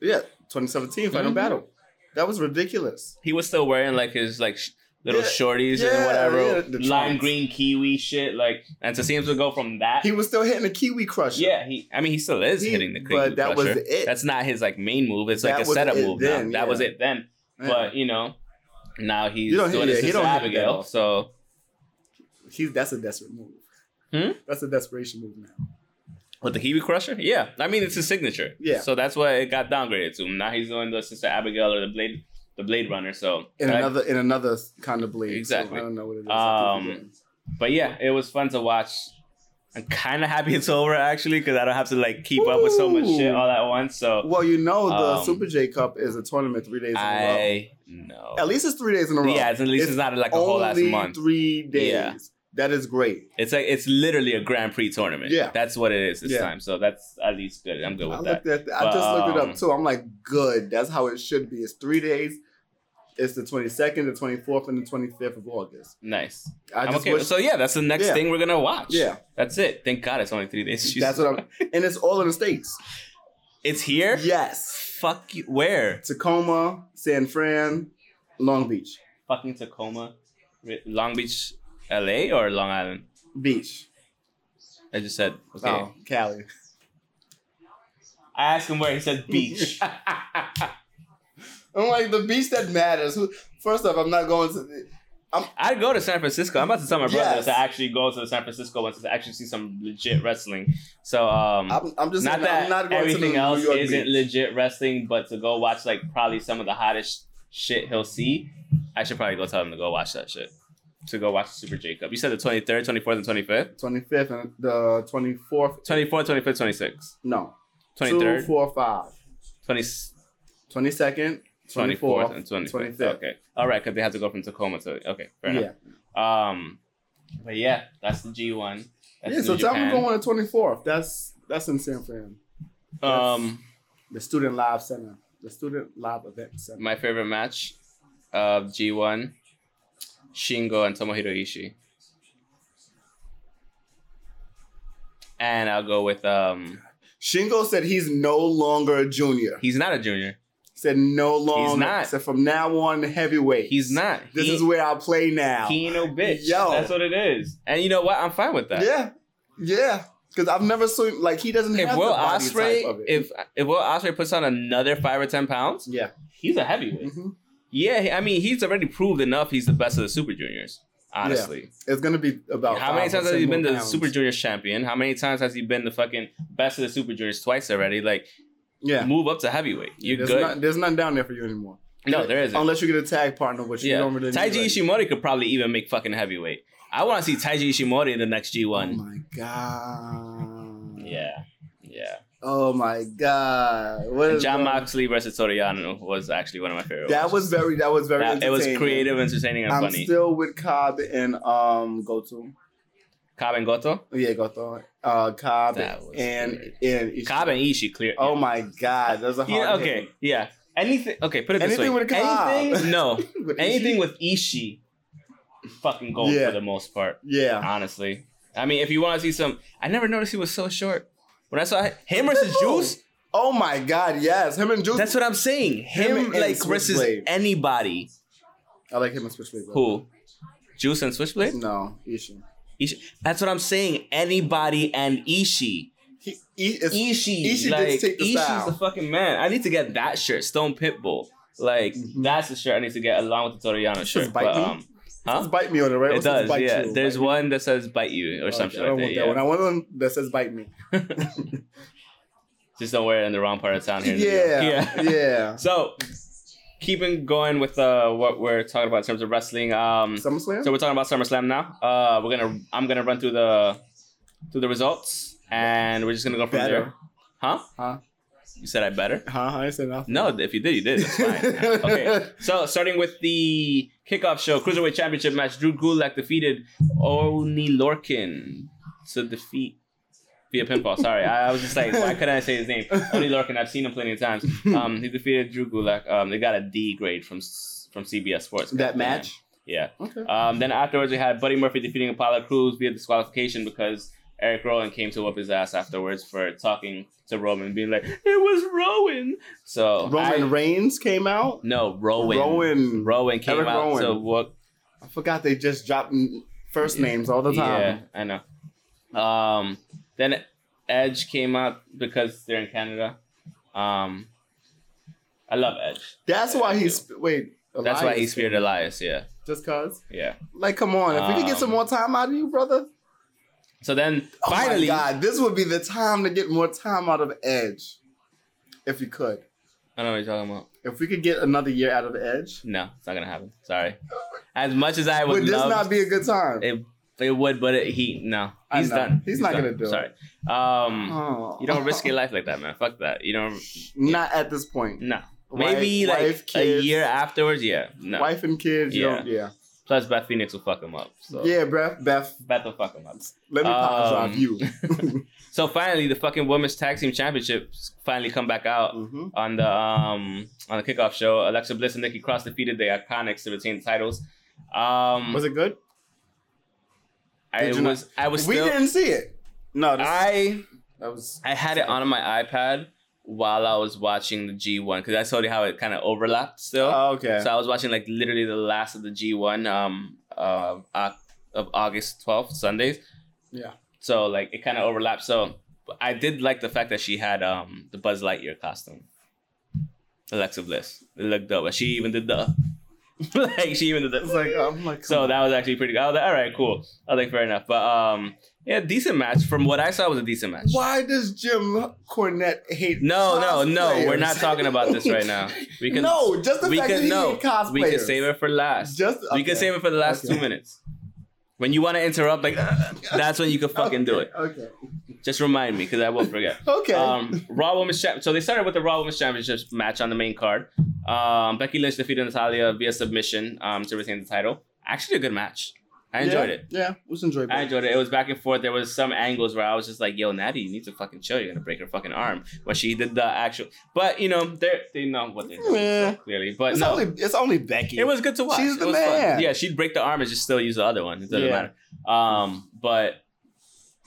B: yeah 2017 final
C: Mhm.
B: battle that was ridiculous
C: he was still wearing like his like sh- little
B: Yeah.
C: shorties
B: Yeah,
C: and
B: yeah,
C: whatever,
B: the
C: lime
B: trunks.
C: green kiwi shit. Like, and to see him to go from that,
B: he was still hitting the kiwi crusher
C: yeah, he. I mean, he still is
B: He-
C: hitting the kiwi
B: but that
C: crusher.
B: was it
C: That's not his like main move. It's like
B: That
C: a
B: was
C: setup
B: it
C: move.
B: then,
C: now. That
B: yeah.
C: was it then.
B: Man,
C: But you know, now he's
B: You don't
C: doing
B: hit- yeah,
C: this
B: he
C: to
B: don't hit it that
C: Abigail.
B: often.
C: So
B: he's that's a desperate move
C: Hmm?
B: that's a desperation move now
C: with the kiwi crusher, yeah. I mean, it's his signature.
B: Yeah.
C: So that's why it got downgraded to him. Now he's doing the Sister Abigail or the Blade, the Blade Runner. So
B: in
C: that-
B: another in another kind of blade so
C: Exactly.
B: i don't know what it is
C: Um, But yeah, it was fun to watch. I'm kind of happy it's over actually because I don't have to like keep up with so much shit all at once. So
B: well you know the
C: um,
B: super j cup is a tournament three days in a row
C: I know.
B: at least it's three days in a row
C: Yeah, it's, at least it's,
B: It's
C: not like a whole last
B: only
C: month.
B: three days
C: Yeah.
B: that is great
C: It's like it's literally a Grand Prix tournament.
B: Yeah.
C: that's what it is this
B: Yeah.
C: time. So that's at least good. I'm good
B: I
C: with that.
B: looked at. I
C: But,
B: just looked it
C: um,
B: up too. I'm like, good. That's how it should be. It's three days. It's the 22nd, the 24th, and the 25th of August.
C: Nice.
B: I
C: I'm
B: just
C: okay.
B: wish.
C: so yeah, that's the next
B: Yeah.
C: thing we're gonna watch.
B: yeah,
C: that's it. Thank God it's only three days.
B: that's
C: Jesus.
B: what I'm. And it's all in the states.
C: It's here.
B: Yes,
C: Fuck you. Where?
B: Tacoma, San Fran, Long Beach,
C: Fucking Tacoma, Ri- Long Beach, L.A. or Long Island?
B: Beach.
C: I just said. Okay.
B: Oh, Cali.
C: I asked him where. He said beach.
B: I'm like the beach that matters. Who- First off, I'm not going to. the-
C: I'd go to San Francisco. I'm about to tell my brother
B: Yes.
C: to actually go to San Francisco once to actually see some legit wrestling. So um,
B: I'm, I'm just
C: not
B: saying,
C: that
B: I'm not going
C: everything
B: to the
C: else
B: New York
C: isn't
B: beach.
C: legit wrestling, but to go watch like probably some of the hottest shit he'll see, I should probably go tell him to go watch that shit. To go watch Super Jacob. You said the 23rd, 24th, and 25th.
B: 25th and the 24th.
C: 24th, 25th, 26th,
B: No,
C: 23rd,
B: 2, 4, 5.
C: 20,
B: 22nd,
C: 24th,
B: 24th,
C: and 25th.
B: 25th.
C: Okay. All right, because they have to go from Tacoma to. Okay, fair
B: Yeah.
C: enough. Um, but yeah, that's the G one.
B: yeah, so tell me going on the 24th. That's that's in San Fran.
C: Um,
B: The Student Live Center. The Student Live Event Center.
C: my favorite match of G one, Shingo and Tomohiro Ishii. And I'll go with um.
B: Shingo said he's no longer a junior. He
C: He's not a junior.
B: said no longer.
C: not.
B: Said from now on heavyweight.
C: He's not.
B: This
C: he,
B: is where I play now.
C: he ain't no bitch.
B: Yo.
C: that's what it is. And you know what? I'm fine with that.
B: yeah, yeah. Because I've never seen like he doesn't
C: If
B: have
C: Will
B: the body
C: Osprey,
B: type of it.
C: if if Will Osprey puts on another five or ten pounds,
B: yeah,
C: he's a heavyweight.
B: hmm
C: Yeah, he- I mean, he's already proved enough. He's the best of the Super Juniors, honestly.
B: it's gonna be about
C: How many
B: five or
C: times has
B: ten
C: he been
B: more
C: the
B: pounds.
C: Super Juniors champion? How many times has he been the fucking best of the Super Juniors twice already? Like,
B: Yeah,
C: move up to heavyweight. You're
B: there's,
C: good.
B: Not, there's nothing down there for you anymore.
C: no, there isn't.
B: Unless you get a tag partner, which you
C: yeah.
B: don't really. need
C: Taiji
B: right
C: Ishimori could probably even make fucking heavyweight. I want to see Taiji Ishimori in the next
B: Oh
C: G1.
B: my god.
C: yeah. Yeah.
B: Oh my god. What
C: And
B: is going-
C: John Moxley versus Toriano was actually one of my favorite
B: uh, That
C: ones.
B: was very. That was very.
C: That- it was
B: entertaining.
C: creative, entertaining, and
B: I'm
C: funny.
B: still with Cobb and um Goto.
C: Cobb and Goto?
B: Yeah, Goto. Uh, Cobb
C: That was
B: and
C: weird.
B: and Ishi-
C: Cobb and Ishii clear.
B: Oh my god, that was a hard.
C: Yeah, okay.
B: hit.
C: Yeah. Anything. Okay, put it this
B: Anything
C: way.
B: with a Ka.
C: Anything. No.
B: With
C: anything
B: Ishii?
C: with Ishii, fucking gold
B: Yeah.
C: for the most part.
B: yeah.
C: Honestly, I mean, if you want to see some, I never noticed he was so short. When I saw him versus Juice,
B: Oh my God! Yes, him and Juice.
C: that's what I'm saying. Him,
B: Him and
C: like versus
B: Switchblade.
C: anybody.
B: I like him and Switchblade. bro.
C: Who? Juice and Switchblade.
B: No, Ishii.
C: Ishi- That's what I'm saying. Anybody and Ishii.
B: He, he, is,
C: Ishii.
B: Ishii
C: like,
B: did take the
C: Ishii's
B: style.
C: the fucking man. I need to get that shirt, Stone Pitbull. Like that's the shirt I need to get along with the Toriyano shirt.
B: Mm-hmm. bite
C: But,
B: me?
C: um,
B: Just
C: huh?
B: bite me on it, right?
C: It
B: It says
C: does.
B: bite
C: Yeah.
B: you,
C: There's
B: bite me.
C: one that says bite you or
B: Okay,
C: something
B: I don't
C: like
B: want
C: that.
B: that one.
C: Yeah.
B: I want one that says bite me.
C: Just don't wear it in the wrong part of town here. in New York.
B: Yeah, yeah.
C: So, keeping going with uh, what we're talking about in terms of wrestling. Um,
B: SummerSlam.
C: so we're talking about SummerSlam now. Uh, we're gonna I'm gonna run through the through the results, and we're just gonna go from
B: Better.
C: there. Huh?
B: Huh?
C: You said I better.
B: huh? I said nothing.
C: No, if you did, you did. That's fine. okay, so starting with the kickoff show, Cruiserweight Championship match, Drew Gulak defeated Oni Lorkin to defeat via pinfall. Sorry, I, I was just like, why couldn't I say his name? Oni Lorkin, I've seen him plenty of times. Um, he defeated Drew Gulak. Um, they got a D grade from s- from CBS Sports.
B: That
C: Goddamn.
B: match.
C: Yeah.
B: Okay.
C: Um, then afterwards, we had Buddy Murphy defeating Apollo Cruz via disqualification because Eric Rowan came to whoop his ass afterwards for talking to Roman, being like, "It was Rowan." So
B: Roman
C: Oh, I-
B: Reigns came out.
C: no, Rowan.
B: Rowan.
C: Rowan came
B: Eric
C: out
B: Rowan.
C: to whoop.
B: I forgot they just dropped n- first names all the
C: Yeah,
B: time.
C: I know. Um, then Edge came out because they're in Canada. Um, I love Edge.
B: That's why he sp- wait.
C: That's why he
B: Elias.
C: speared Elias. Yeah,
B: Just cause.
C: yeah.
B: Like, come on. If we could get
C: Um,
B: some more time out of you, brother.
C: So then
B: Oh
C: finally,
B: my God, this would be the time to get more time out of Edge, if you could.
C: I know what you're talking about.
B: If we could get another year out of Edge,
C: No, it's not gonna happen. Sorry. As much as I would,
B: would this
C: love
B: not be a good time?
C: It, it would, but it, he no,
B: I
C: he's
B: know.
C: done.
B: He's not
C: done.
B: gonna do it.
C: Sorry. Um,
B: Oh.
C: you don't risk your life like that, man. Fuck that. You don't.
B: Not at this point.
C: No. Maybe
B: Wife-
C: like
B: wife,
C: a
B: kids.
C: year afterwards. Yeah. No.
B: Wife and kids. You
C: Yeah.
B: Don't, yeah.
C: Plus, Beth Phoenix will fuck him up. So.
B: Yeah, Beth. Beth.
C: Beth will fuck him up.
B: Let me pause
C: Um,
B: off you.
C: So finally, the fucking women's tag team championships finally come back out
B: Mhm.
C: on the um on the kickoff show. Alexa Bliss and Nikki Cross defeated the Iconics to retain the titles. Um,
B: Was it good?
C: I
B: did you
C: was
B: not-
C: I was
B: we
C: still
B: didn't see it. No, this,
C: I
B: that was
C: I had it on my iPad while I was watching the G1 because I told you how it kind of overlapped still.
B: oh, okay.
C: So I was watching like literally the last of the G1 um uh, Oc- of August 12th, Sundays.
B: Yeah.
C: So like it kind of overlapped. So I did like the fact that she had um the Buzz Lightyear costume. Alexa Bliss. It looked dope. And she even did the like she even did the
B: It's like I'm like
C: so that was actually pretty good. I was like, all right, cool. I was like, fair enough. But um yeah, decent match. From what I saw it was a decent match.
B: Why does Jim Cornette hate?
C: No, no, no. We're
B: cosplayers?
C: not talking about this right now. We can
B: no, just the
C: we
B: fact that
C: can
B: he
C: no.
B: hate cosplayers.
C: We can save it for last.
B: Just
C: We can save it for the last
B: Okay.
C: two minutes. When you want to interrupt, like that's when you can fucking do it.
B: Okay.
C: Just remind me because I won't forget.
B: Okay.
C: Um, Raw Women's Champ. So they started with the Raw Women's Championships match on the main card. Um, Becky Lynch defeated Natalia via submission um, to retain the title. Actually, a good match. I enjoyed
B: yeah,
C: it.
B: Yeah, it was enjoyable.
C: I enjoyed it. It was back and forth. There was some angles where I was just like, "Yo, Natty, you need to fucking chill. You're gonna break her fucking arm." When she did the actual, but you know, they are they know what they're doing
B: Yeah.
C: so clearly. But
B: it's
C: no,
B: only it's only Becky.
C: it was good to watch.
B: She's the
C: It was fun.
B: man.
C: Yeah, she'd break the arm and just still use the other one. It doesn't
B: Yeah.
C: matter. Um, but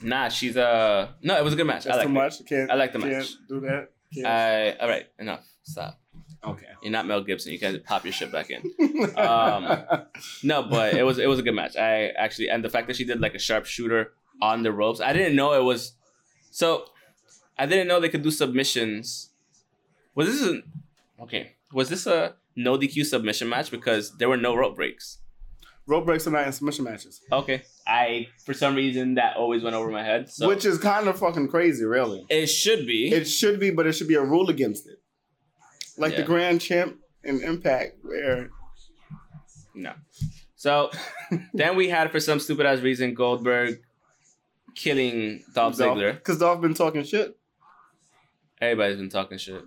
C: nah, she's uh no, it was a good match.
B: That's
C: I like
B: too much. Can't,
C: I liked the
B: can't
C: match.
B: Do that. Can't.
C: I all right, enough. Stop.
B: okay.
C: You're not Mel Gibson. You can pop your shit back in. Um, No, but it was it was a good match. I actually and the fact that she did like a sharpshooter on the ropes, I didn't know it was so I didn't know they could do submissions. Was this an okay. Was this a no DQ submission match? Because there were no rope breaks.
B: rope breaks are not in submission matches,
C: Okay. I for some reason that always went over my head. So
B: which is kind of fucking crazy, really.
C: it should be.
B: It should be, but it should be a rule against it, like the
C: Yeah.
B: Grand Champ in Impact, where
C: no. So then we had for some stupid ass reason Goldberg killing Dolph Ziggler.
B: because Dolph been talking shit.
C: Everybody's been talking shit.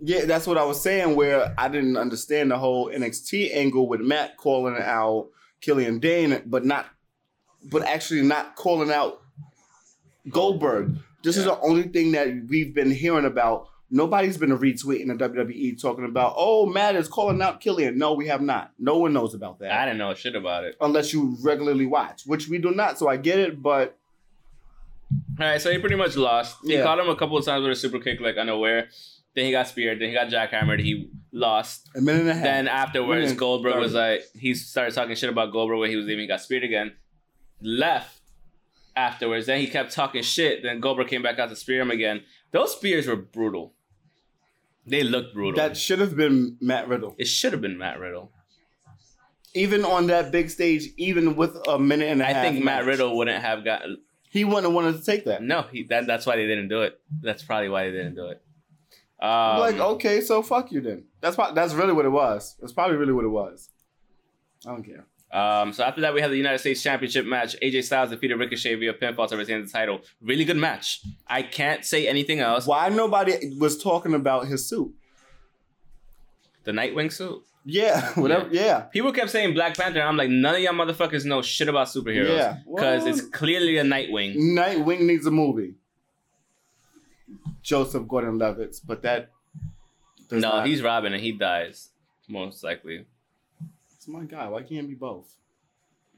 B: Yeah, that's what I was saying. Where I didn't understand the whole NXT angle with Matt calling out Killian Dane, but not, but actually not calling out Goldberg. This is
C: Yeah.
B: the only thing that we've been hearing about Nobody's been retweeting the WWE talking about, oh, Matt is calling out Killian. No, we have not. No one knows about that
C: I didn't know shit about it.
B: unless you regularly watch, which we do not. So I get it, but
C: All right, so he pretty much lost. He
B: Yeah.
C: caught him a couple of times with a super kick, like unaware. Then he got speared. Then he got jackhammered. He lost.
B: a minute and a half.
C: Then afterwards,
B: Minute
C: Goldberg was
B: 30.
C: like, he started talking shit about Goldberg when he was leaving. He got speared again. Left afterwards. Then he kept talking shit. Then Goldberg came back out to spear him again. Those spears were brutal. They looked brutal.
B: that should have been Matt Riddle.
C: it should have been Matt Riddle.
B: Even on that big stage, even with a minute and a
C: I
B: half.
C: think Matt
B: match,
C: Riddle Um, wouldn't have gotten.
B: He wouldn't have wanted to take that.
C: No, he, that, that's why they didn't do it. That's probably why they didn't do it. Um,
B: like, oh. okay, so fuck you then. That's why, that's really what it was. That's probably really what it was. I don't care.
C: Um, so after that, we had the United States Championship match. AJ Styles defeated Ricochet via pinfall to retain the title. Really good match. I can't say anything else.
B: Why nobody was talking about his suit?
C: The Nightwing suit.
B: Yeah, whatever. Yeah.
C: People kept saying Black Panther. I'm like, none of y'all motherfuckers know shit about superheroes
B: Yeah.
C: because
B: Well-
C: it's clearly a Nightwing.
B: Nightwing needs a movie. Joseph Gordon Levitt's, but that. does
C: no,
B: not-
C: he's Robin and he dies most likely.
B: It's my guy. Why can't it be both?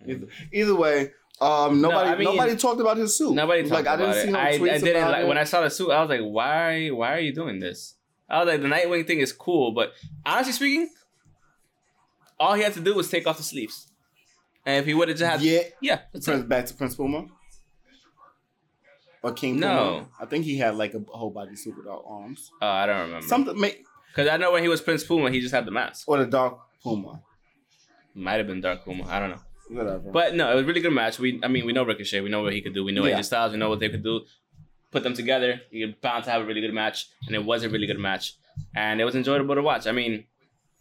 B: Either, either way, um, nobody
C: Mm. I mean-
B: nobody talked about his suit.
C: Nobody talked
B: like I didn't
C: about
B: see no
C: it. I-
B: tweets
C: I, didn't
B: about
C: like
B: it.
C: when I saw the suit. I was like, why? Why are you doing this? I was like, the Nightwing thing is cool, but honestly speaking, all he had to do was take off the sleeves, and if he would have just had
B: yeah.
C: yeah that's it.
B: Prince, back to Prince Puma. Or King
C: No.
B: Puma. I think he had like a whole body suit without arms.
C: Oh, I don't remember.
B: Something may,
C: Because I know when he was Prince Puma, he just had the mask.
B: or the dark Puma.
C: Might have been Dark Puma. I don't know.
B: Whatever.
C: But no, it was a really good match. We, I mean, we know Ricochet. We know what he could do. We know
B: Yeah.
C: AJ Styles. We know what they could do. Put them together, you're bound to have a really good match. And it was a really good match. And it was enjoyable to watch. I mean,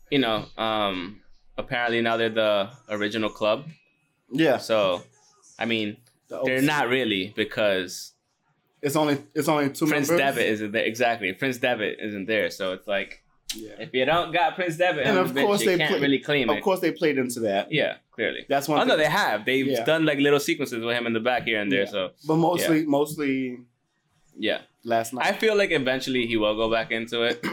C: you know, um, apparently now they're the original club.
B: yeah.
C: So, I mean,
B: the
C: they're
B: Oaks.
C: not really because
B: It's only it's only two
C: Prince
B: members.
C: Devitt isn't there. Exactly. Prince Devitt isn't there. So it's like,
B: Yeah.
C: if you don't got Prince Devitt,
B: And
C: and
B: of course
C: you
B: they
C: can't
B: play-
C: really claim it.
B: Of course they played into that.
C: Yeah, clearly.
B: That's one
C: Oh no,
B: thing.
C: they have. They've
B: Yeah.
C: done like little sequences with him in the back here and there.
B: Yeah.
C: So
B: But mostly mostly
C: yeah,
B: last
C: I
B: night.
C: feel like eventually he will go back into it.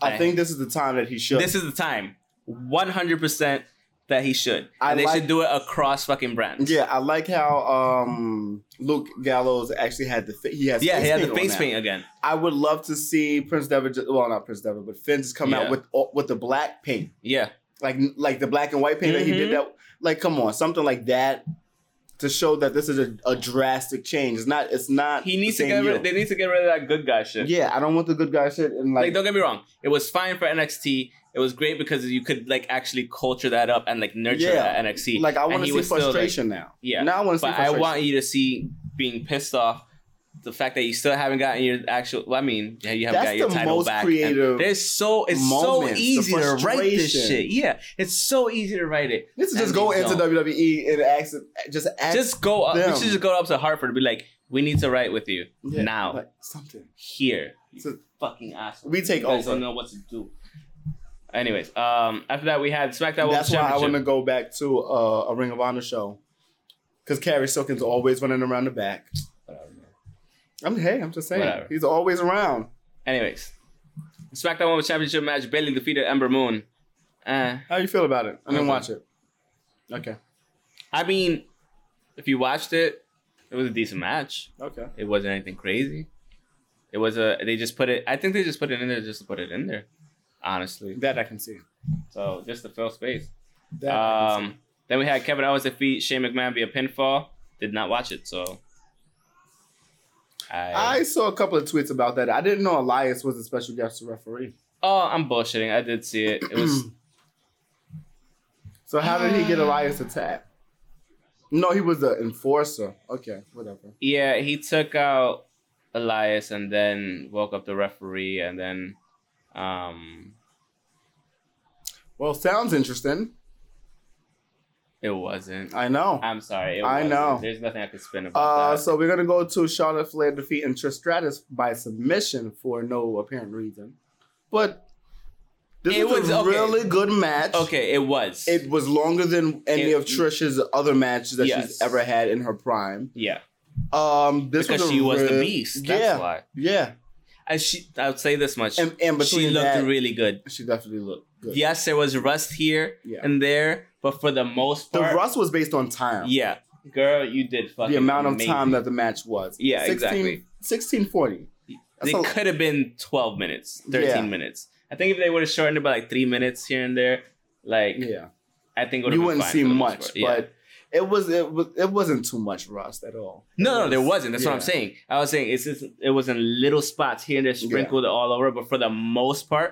B: I, think this is the time that he should
C: This is the time, one hundred percent that he should.
B: I
C: And they
B: like-
C: should do it across fucking brands.
B: Yeah, I like how um Luke Gallows actually had the fa- he has
C: yeah. He had the
B: on
C: face
B: now.
C: paint again.
B: I would love to see Prince Devitt. ju- Well, not Prince Devitt, but Finn's come
C: Yeah.
B: out with with the black paint,
C: Yeah,
B: like like the black and white paint that he
C: Mhm.
B: did. That like, come on, something like that to show that this is a, a drastic change. It's not. It's not.
C: he
B: the
C: needs to
B: same
C: get
B: you.
C: rid. They need to get rid of that good guy shit.
B: yeah, I don't want the good guy shit. And
C: Like,
B: like,
C: don't get me wrong, it was fine for NXT. It was great because you could like actually culture that up and like nurture
B: Yeah.
C: that NXT.
B: like I
C: And
B: want
C: he
B: to see
C: was still, like-
B: frustration now.
C: yeah,
B: now I want to see
C: But I
B: frustration.
C: want you to see being pissed off the fact that you still haven't gotten your actual. Well, I mean, yeah, you haven't
B: That's
C: got your
B: the
C: title
B: most
C: back. and
B: creative
C: There's so it's
B: moments,
C: so
B: the
C: easy to write this
B: frustration.
C: shit. Yeah, it's so easy to write it.
B: Let's
C: and
B: just go
C: they
B: into
C: don't.
B: WWE and ask, just ask
C: just go up.
B: them.
C: We should just go up to Hartford and be like, "We need to write with you
B: Yeah,
C: now,
B: like, something.
C: here." You
B: So-
C: fucking asshole.
B: We take
C: You guys
B: over.
C: Don't know what to do. Anyways, um, after that we had SmackDown
B: That's
C: Women's
B: why I want to
C: Championship.
B: go back to uh, a Ring of Honor show. Because Carrie Silkin's always running around the back. I'm hey, I'm just saying.
C: Whatever.
B: He's always around.
C: Anyways, SmackDown Women's Championship match. Bailey defeated Ember Moon. Uh,
B: How you feel about it? I didn't
C: Okay.
B: watch it. Okay.
C: I mean, if you watched it, it was a decent match.
B: Okay.
C: It wasn't anything crazy. It was a they just put it. I think they just put it in there just to put it in there, honestly.
B: That I can see.
C: So just to fill space.
B: That I can see.
C: Um, then we had Kevin Owens defeat Shane McMahon via pinfall. Did not watch it, so I,
B: I saw a couple of tweets about that. I didn't know Elias was a special guest referee.
C: oh I'm bullshitting. I did see it. It was
B: So how did he get Elias to tap? No, he was the enforcer. Okay, whatever.
C: yeah. He took out Elias and then woke up the referee and then um
B: Well, sounds interesting.
C: it wasn't.
B: I know.
C: I'm sorry. It
B: I
C: wasn't.
B: know.
C: There's nothing I could spin about
B: Uh,
C: that.
B: so we're gonna go to Charlotte Flair defeating Trish Stratus by submission for no apparent reason, but this
C: It
B: was,
C: was-
B: a
C: okay.
B: really good match.
C: okay, it was.
B: it was longer than any
C: It-
B: of Trish's other matches that
C: Yes.
B: she's ever had in her prime.
C: yeah,
B: Um, this
C: because
B: was a
C: she was the
B: real-
C: beast. That's
B: yeah,
C: why.
B: yeah.
C: And she, I'll say this much.
B: And, and between
C: she looked
B: that,
C: really good.
B: she definitely looked good.
C: Yes, there was rust here
B: Yeah.
C: and there, but for the most
B: The
C: part,
B: rust was based on time.
C: yeah, girl, you did fucking
B: the amount of
C: amazing.
B: time that the match was.
C: Yeah, exactly.
B: 1640. That's
C: It
B: a-
C: could have been 12 minutes, 13
B: Yeah.
C: minutes. I think if they would have shortened it by like three minutes here and there, like
B: yeah.
C: I think it would
B: You
C: have been
B: wouldn't
C: fine
B: see
C: for the most
B: much,
C: part. Yeah.
B: but it was it was it wasn't too much rust at all.
C: no, no, there wasn't. That's what
B: yeah.
C: I'm saying. I was saying it's just, it was in little spots here and there, sprinkled all over. But for the most part,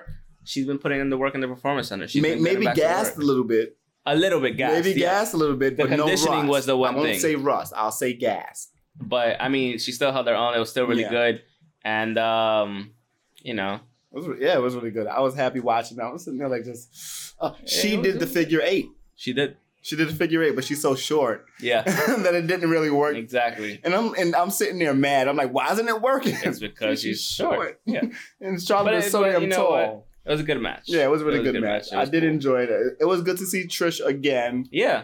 C: she's been putting in the work and the performance on it. She's
B: May-
C: been getting
B: maybe
C: back to
B: gassed a
C: work.
B: little bit.
C: a little bit gas,
B: maybe gassed a little bit,
C: The
B: but no
C: conditioning
B: rust.
C: was the one
B: I won't
C: thing.
B: say rust. I'll say gas.
C: But I mean, she still held her own. It was still really
B: Yeah.
C: good, and um, you know,
B: It was, re- yeah, it was really good. I was happy watching. I was sitting there like just. Uh, she
C: it was
B: did the
C: good.
B: figure eight.
C: she did.
B: She did the figure eight, but she's so short
C: Yeah,
B: that it didn't really work.
C: exactly.
B: And I'm and I'm sitting there mad. I'm like, why isn't it working?
C: It's because she's short. Yeah,
B: and Charlotte
C: But
B: is
C: it-
B: so
C: but
B: damn
C: you know
B: tall.
C: what? it was a good match.
B: Yeah, it was a really
C: It was a
B: good,
C: good
B: match.
C: match. It
B: I
C: was
B: did
C: cool.
B: enjoy it. It was good to see Trish again.
C: Yeah,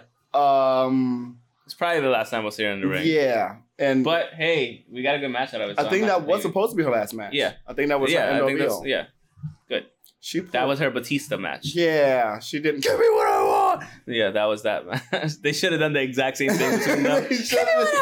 B: Um,
C: it's probably the last time we'll see her in the ring.
B: yeah, and
C: But hey, we got a good match out of it.
B: I
C: so
B: think that
C: I'm not
B: was
C: complaining.
B: supposed to be her last match.
C: Yeah.
B: I think that was
C: yeah,
B: her
C: I
B: NWO.
C: think that's yeah.
B: She pulled,
C: That was her Batista match. Yeah,
B: yeah. She didn't give me what I want.
C: that was that match. they should have done the exact same thing between them.
B: They should've-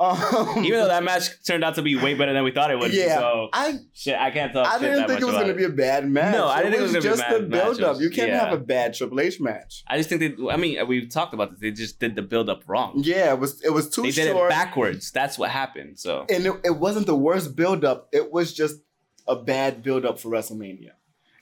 B: Um,
C: Even though that match turned out to be way better than we thought it would.
B: Yeah.
C: Yeah. So
B: I
C: shit, I can't talk.
B: I
C: shit
B: didn't
C: that
B: think it
C: much
B: was
C: about
B: going to be a bad match.
C: No, I didn't think it was gonna be
B: just
C: a
B: the
C: bad match. It
B: build-up.
C: was-
B: You can't
C: yeah.
B: have a bad Triple H match.
C: I just think they. I mean, we've talked about this. They just did the build up wrong.
B: Yeah, it was it was too
C: they did
B: short.
C: it backwards. That's what happened. So
B: and it, it wasn't the worst build up. It was just a bad build up for WrestleMania.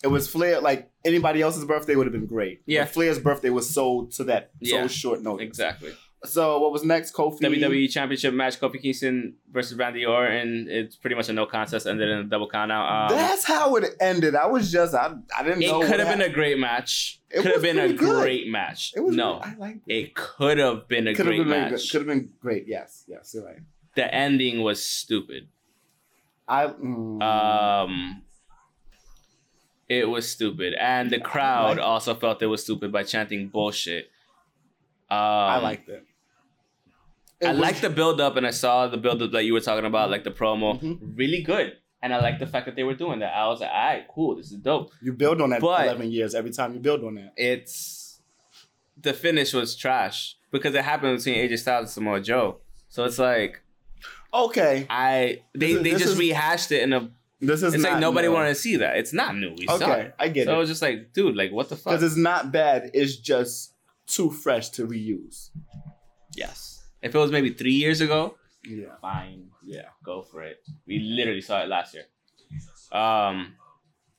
B: It was Flair. Like anybody else's birthday would have been great.
C: Yeah.
B: but Flair's birthday was sold to that
C: Yeah.
B: so short notice.
C: exactly.
B: So what was next? Kofi.
C: WWE Championship match: Kofi Kingston versus Randy Orton. It's pretty much a no contest. Ended in a double count out. Um,
B: That's how it ended. I was just I, I didn't know.
C: it could have been a great match.
B: It
C: Could
B: was
C: have been a
B: pretty good.
C: great match.
B: It was
C: no,
B: I like.
C: it could have been a
B: Could have
C: great
B: been
C: match.
B: Could have been great. Yes. Yes. You're right.
C: the ending was stupid.
B: I. mm,
C: Um, it was stupid, and the crowd also felt it was stupid by chanting bullshit. Um,
B: I liked it. It
C: I
B: was-
C: like the build up, and I saw the build up that you were talking about, like the promo,
B: Mhm.
C: really good. And I like the fact that they were doing that. I was like, all right, cool, this is dope.
B: You build on that
C: but-
B: eleven years. Every time you build on that.
C: It's the finish was trash because it happened between AJ Styles and Samoa Joe. So it's like
B: Okay.
C: I they,
B: This is-
C: they
B: this
C: just
B: is-
C: rehashed it in a.
B: This is
C: It's, like
B: not
C: nobody
B: new.
C: wanted to see that. It's not new. We saw
B: Okay,
C: it.
B: I get
C: So
B: it.
C: I was just like, dude, like what the fuck?
B: Because it's not bad. It's just too fresh to reuse.
C: Yes. If it was maybe three years ago,
B: Yeah.
C: fine.
B: Yeah.
C: go for it. We literally saw it last year. Um,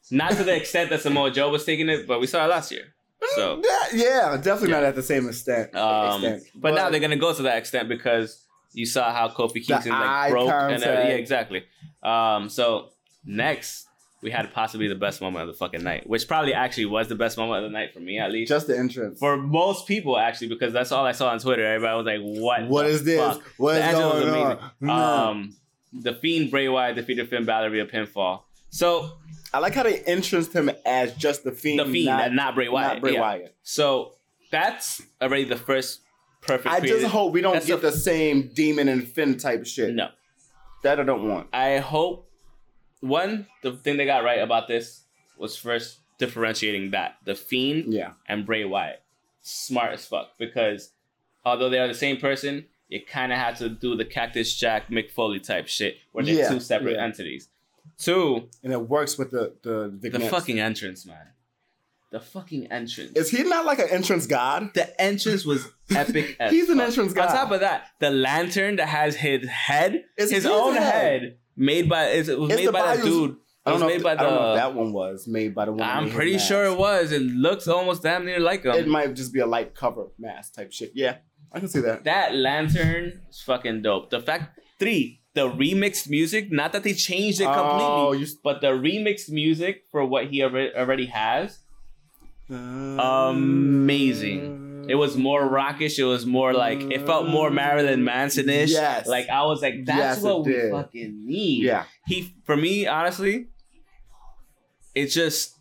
C: not to the extent that Samoa Joe was taking it, but we saw it last year. So,
B: Yeah, yeah, definitely not at the same extent.
C: um, but,
B: extent.
C: now they're gonna go to that extent because you saw how Kofi Kingston
B: eye
C: like broke and uh,
B: contact.
C: yeah, exactly. Um, so next we had possibly the best moment of the fucking night, which probably actually was the best moment of the night for me at least.
B: just the entrance.
C: for most people, actually, because that's all I saw on Twitter. Everybody was like, "What?
B: what
C: the
B: is this?
C: fuck?
B: What
C: The
B: is
C: Angela was
B: going
C: amazing.
B: on? No.
C: Um, the Fiend Bray Wyatt defeated Finn Balor via pinfall. So
B: I like how they entranced him as just the fiend,
C: the Fiend,
B: not,
C: and not Bray Wyatt.
B: not Bray
C: yeah.
B: Wyatt.
C: So that's already the first perfect.
B: I just
C: creative-
B: hope we don't
C: That's
B: get
C: the-
B: the same demon and Finn type shit.
C: no.
B: that I don't want.
C: I hope one the thing they got right about this was first differentiating that the Fiend
B: Yeah,
C: and Bray Wyatt. Smart as fuck because although they are the same person, you kind of have to do the Cactus Jack McFoley type shit where they're
B: Yeah,
C: two separate
B: yeah.
C: entities. Two,
B: and it works with the the
C: the
B: vignettes.
C: fucking entrance, man. The fucking entrance.
B: Is he not like an entrance god?
C: the entrance was epic. as
B: He's an
C: fuck.
B: entrance
C: On
B: god.
C: top of that, the lantern that has his head,
B: It's
C: his
B: his
C: own
B: head.
C: head. made by it was
B: It's the
C: made by that
B: Bayou's-
C: dude. It
B: I don't,
C: was
B: know
C: made
B: if,
C: by
B: I don't know if
C: the.
B: that one was made by the one.
C: I'm pretty sure
B: it
C: it was. It looks almost damn near like him.
B: It might just be a light cover mask type shit. Yeah, I can see that.
C: That lantern is fucking dope. The fact three, the remixed music, not that they changed it completely,
B: Oh, you.
C: but the remixed music for what he alre- already has, Amazing. it was more
B: Mm.
C: rockish. It was more like it felt more Marilyn Manson-ish.
B: Yes.
C: Like I was like,
B: Yes,
C: that's
B: it
C: what we
B: did.
C: fucking need.
B: Yeah.
C: He for me, honestly, it's just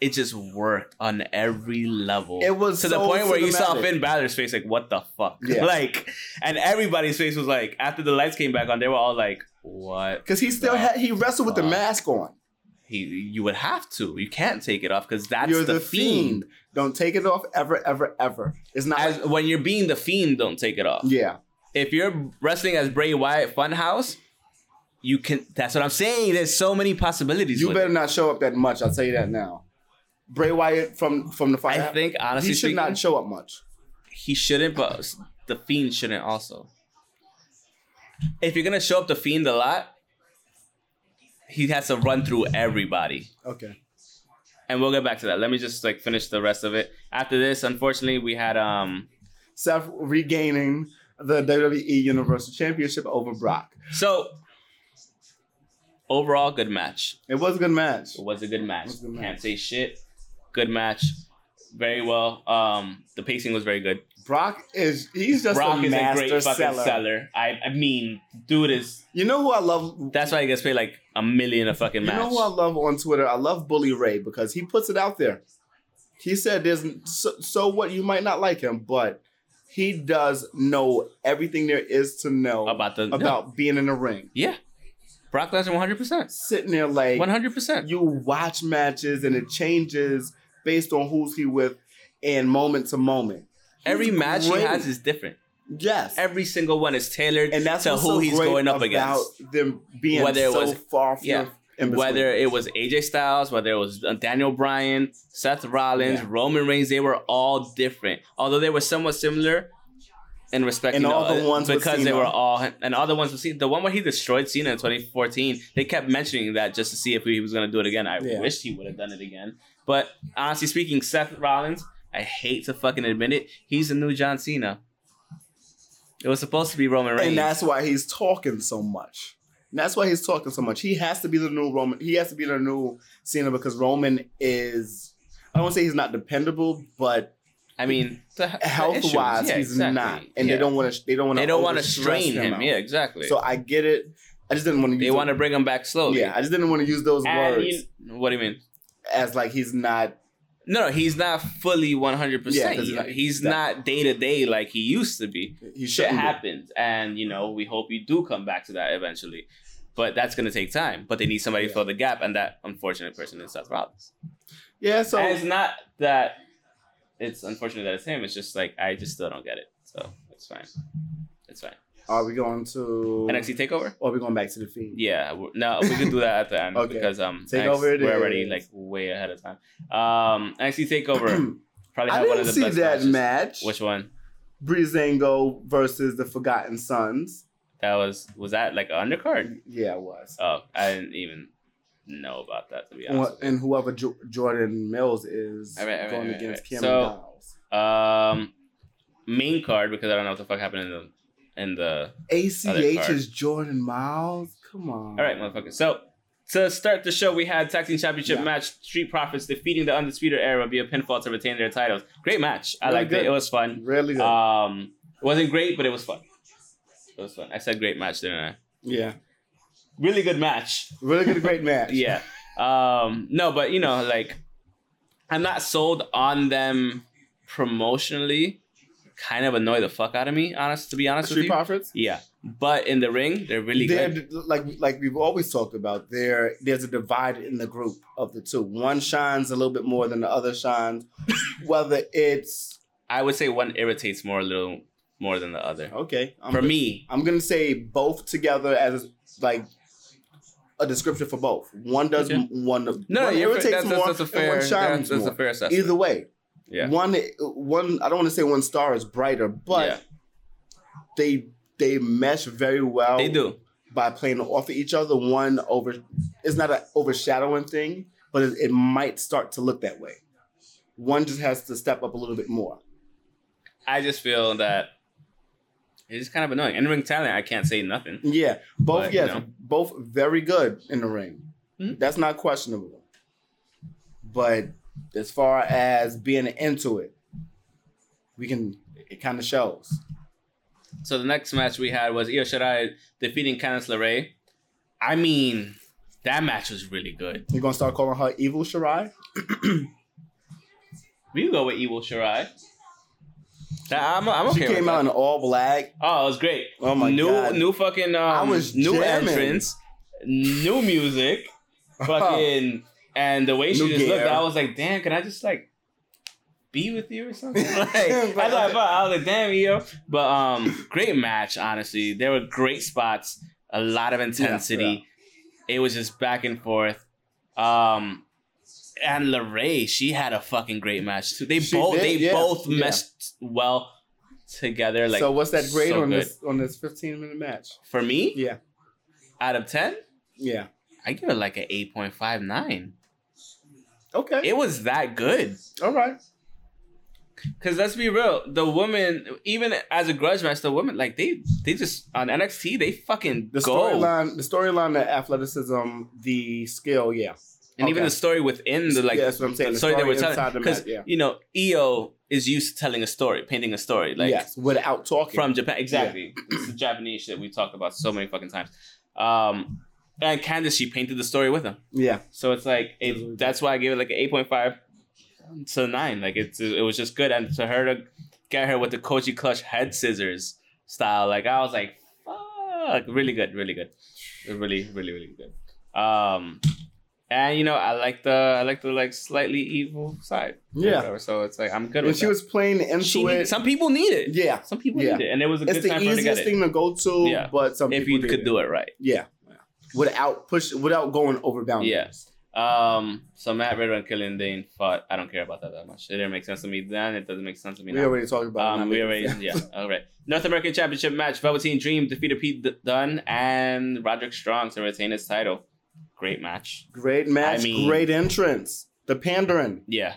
C: it just worked on every level.
B: It was
C: to the
B: so
C: point where you saw
B: cinematic.
C: Finn Balor's face, like, what the fuck?
B: Yeah.
C: like, and everybody's face was like, after the lights came back on, they were all like, what?
B: Because he still
C: Nah.
B: had he wrestled with the
C: Nah.
B: mask on.
C: He, you would have to. You can't take it off because that's
B: You're
C: the, fiend.
B: Don't take it off ever, ever, ever. It's not.
C: As
B: like-
C: when you're being the fiend, don't take it off.
B: yeah,
C: If you're wrestling as Bray Wyatt Funhouse, you can. That's what I'm saying. There's so many possibilities.
B: you
C: with
B: better
C: it.
B: not show up that much. I'll tell you that now. Bray Wyatt from from the fire.
C: I think honestly,
B: he should
C: speaking,
B: not show up much.
C: he shouldn't, but the fiend shouldn't also. If you're gonna show up the fiend a lot, he has to run through everybody.
B: Okay.
C: And we'll get back to that. Let me just like finish the rest of it. After this, unfortunately, we had um
B: Seth regaining the WWE Universal Championship over Brock.
C: so overall good match.
B: It was a good match.
C: It was a good match.
B: It was a good match.
C: Can't say shit. Good match. Very well. Um the pacing was very good.
B: Brock is he's just
C: Brock
B: a
C: is a
B: master
C: great fucking
B: seller.
C: seller. I I mean, dude is
B: You know who I love?
C: that's why he gets paid like a million a fucking
B: you
C: match.
B: know who I love on Twitter? I love Bully Ray because he puts it out there. He said, "There's so, so what you might not like him, but he does know everything there is to know
C: about the
B: about being in the ring,
C: Yeah. Brock Lesnar 100%.
B: sitting there like
C: 100%.
B: you watch matches and it changes based on who's he with and moment to moment.
C: Every
B: He's
C: match he
B: great.
C: has is different.
B: yes,
C: Every single one is tailored
B: and that's
C: to
B: what's
C: who
B: so
C: he's
B: great
C: going up
B: about
C: against.
B: Them being
C: Whether it
B: so
C: was-
B: far from
C: yeah.
B: in between.
C: Whether it was AJ Styles, whether it was uh, Daniel Bryan, Seth Rollins,
B: Yeah.
C: Roman Reigns, they were all different. Although they were somewhat similar in respect
B: And
C: you know,
B: all the
C: uh,
B: ones with
C: because they
B: Cena.
C: were all and all the ones with Cena. The one where he destroyed Cena in 2014, they kept mentioning that just to see if he was going to do it again. I
B: Yeah.
C: wish he would have done it again. But honestly speaking, Seth Rollins, I hate to fucking admit it, he's the new John Cena. It was supposed to be Roman Reigns.
B: and that's why he's talking so much. And that's why he's talking so much. He has to be the new Roman. He has to be the new Cena because Roman is. I don't want to say he's not dependable, but
C: I mean, the, the
B: health wise,
C: issues. Yeah,
B: he's
C: exactly.
B: not, and
C: Yeah.
B: they don't want to. They don't want to.
C: they don't want to strain him. Yeah, exactly.
B: So I get it. I just didn't want to.
C: they want to bring him back slowly.
B: Yeah, I just didn't want to use those
C: And
B: words
C: you- what do you mean?
B: as like he's not.
C: No, no, he's not fully one hundred
B: Yeah,
C: percent.
B: 'cause he's not-
C: He's
B: that-
C: not day to day like he used to be.
B: He
C: Shit
B: shouldn't. be.
C: happens, and you know we hope you do come back to that eventually, but that's gonna take time. But they need somebody
B: Yeah.
C: to fill the gap, and that unfortunate person is Seth Rollins.
B: Yeah. So
C: So it's not that it's unfortunate that it's him. It's just like I just still don't get it. So it's fine. It's fine.
B: are we going to
C: NXT Takeover.
B: Or are we going back to the feed?
C: Yeah, we're- no, we could do that at the end
B: Okay.
C: because um,
B: Take
C: next-
B: over it
C: we're already
B: is.
C: like way ahead of time. Um, NXT Takeover probably
B: I
C: had one
B: didn't
C: of the
B: see
C: best
B: that
C: matches.
B: match.
C: Which one?
B: Breezango versus the Forgotten Sons.
C: That was was that like an undercard?
B: Yeah, it was.
C: Oh, I didn't even know about that to be
B: And
C: honest.
B: what- and whoever jo- Jordan Mills is
C: All right, all right,
B: going
C: all right,
B: against Cameron
C: all right. So-
B: Giles.
C: Um, main card because I don't know what the fuck happened in the in the.
B: ACH
C: card.
B: is Jordan Miles. Come on.
C: All right, motherfucker. So. To start the show, we had tag team championship
B: Yeah.
C: match: Street Profits defeating the Undisputed Era via pinfall to retain their titles. Great match. I
B: Really
C: liked
B: good.
C: it. It was fun.
B: Really good.
C: Um, it wasn't great, but it was fun. It was fun. I said great match, didn't I?
B: yeah.
C: Really good match.
B: Really good. Great match.
C: Yeah. Um, no, but you know, like, I'm not sold on them promotionally. Kind of annoy the fuck out of me, honest. To be honest with
B: Street
C: you,
B: Profits.
C: yeah. But in the ring, they're really
B: They're,
C: good.
B: like like we've always talked about, there there's a divide in the group of the two. One shines a little bit more than the other shines. Whether it's
C: I would say one irritates more a little more than the other.
B: okay, I'm
C: For
B: gonna-
C: me,
B: I'm gonna say both together as like a description for both. One does
C: Okay.
B: one. No,
C: no,
B: one
C: no, you're-
B: irritates
C: that's, that's,
B: more.
C: that's a
B: and
C: fair,
B: one shines
C: that's, that's
B: more.
C: a fair assessment.
B: Either way,
C: yeah.
B: one one. I don't want to say one star is brighter, but
C: Yeah.
B: they they mesh very well.
C: they do.
B: by playing off of each other. One over. It's not an overshadowing thing, but it, it might start to look that way. One just has to step up a little bit more.
C: I just feel that it's just kind of annoying. In ring talent, I can't say nothing.
B: Yeah, both
C: But, you
B: yes,
C: know.
B: both very good in the ring.
C: Mhm.
B: That's not questionable. But as far as being into it, we can. It kind of shows.
C: So the next match we had was Io Shirai defeating Candice LeRae. I mean, That match was really good.
B: You're gonna start calling her Evil Shirai?
C: We can go with Evil Shirai.
D: Nah, I'm, I'm okay
B: she
D: with
B: came
D: that.
B: out in all black.
C: Oh, it was great.
B: Oh my
C: new,
B: God.
C: New fucking um,
B: I was
C: new
B: jamming.
C: entrance, new music, fucking and the way she
B: New
C: just looked,
B: gear.
C: I was like, damn, can I just like be with you or something? Like,
B: Yeah,
C: that's
B: but-
C: what I thought. I was like, damn, yo. But um, great match, honestly. There were great spots, a lot of intensity. It was just back and forth. Um and LeRae, she had a fucking great match too. They
B: She
C: both
B: did,
C: they
B: yeah,
C: both
B: yeah.
C: meshed well together. Like
B: so what's that grade
C: so
B: on
C: good.
B: this on this 15 minute match?
C: for me,
B: Yeah,
C: out of 10,
B: yeah.
C: I give it like an 8.59.
B: Okay,
C: It was that good.
B: all right.
C: Cause let's be real, the women, even as a grudge match, the women like they they just on NXT they fucking
B: The
C: go,
B: storyline, the storyline, the athleticism, the skill, yeah.
C: and even
B: okay.
C: the story within the like
B: Yeah, that's what I'm saying.
C: the
B: The
C: story they
B: story
C: were telling.
B: inside the
C: Because
B: mat, yeah.
C: you know, Io is used to telling a story, painting a story, like
B: yes, without talking.
C: from Japan. Exactly, it's the Japanese shit we talked about so many fucking times. Um, and Candace, she painted the story with them.
B: yeah,
C: So it's like
B: Totally.
C: it, that's why I gave it like an eight point five to nine. Like it's it was just good, and to her to get her with the Koji Clutch head scissors style, like I was like, fuck, really good, really good, really really really good. Um, and you know I like the I like the like slightly evil side. or
B: Yeah.
C: whatever. So it's like I'm good
B: and
C: with
B: she was
C: that.
B: playing into
C: She
B: it.
C: need, some people need it.
B: yeah,
C: Some people
B: Yeah.
C: need it, and it was a
B: it's
C: good
B: the
C: time for her to get
B: easiest
C: it
B: thing to go to,
C: Yeah.
B: but some
C: if
B: people
C: you could do it right.
B: Yeah, without push, without going over boundaries.
C: Yes. Um, so Matt Riddle and Killian Dane fought. I don't care about that that much. It didn't make sense to me then. It doesn't make sense to me
B: we
C: now.
B: already talked about. it,
C: Um,
B: not making
C: we already,
B: sense.
C: yeah, all right. North American Championship match: Velveteen Dream defeated Pete D- Dunne and Roderick Strong to retain his title. Great match.
B: Great match,
C: I mean-
B: great entrance. The pandering.
C: Yeah,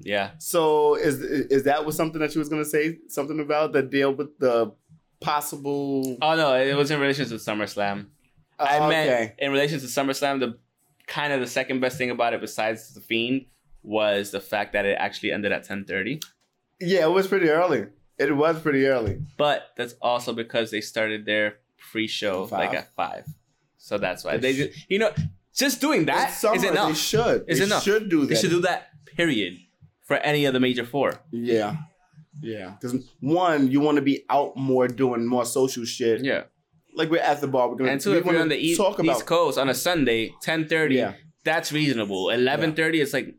C: yeah.
B: So is is that was something that you was gonna say something about the deal with the possible? uh,
C: Oh no, it was in relation to SummerSlam. I
B: Oh,
C: meant in relation to SummerSlam, the kind of the second best thing about it, besides the Fiend, was the fact that it actually ended at ten thirty.
B: Yeah, it was pretty early. It was pretty early.
C: But that's also because they started their pre-show
B: Five.
C: like at five, so that's why they, just, you know, just doing that
B: It's
C: is
B: summer, They
C: enough.
B: should.
C: It's
B: they
C: enough.
B: should do that.
C: They should do that. Period. For any of the major four.
B: Yeah. Yeah. Because one, you want to be out more doing more social shit.
C: Yeah.
B: Like we're at the bar. We're gonna
C: And two,
B: we
C: if you're
B: wanna
C: on the East,
B: talk about
C: East Coast on a Sunday, ten thirty,
B: Yeah.
C: that's reasonable. Eleven thirty, it's like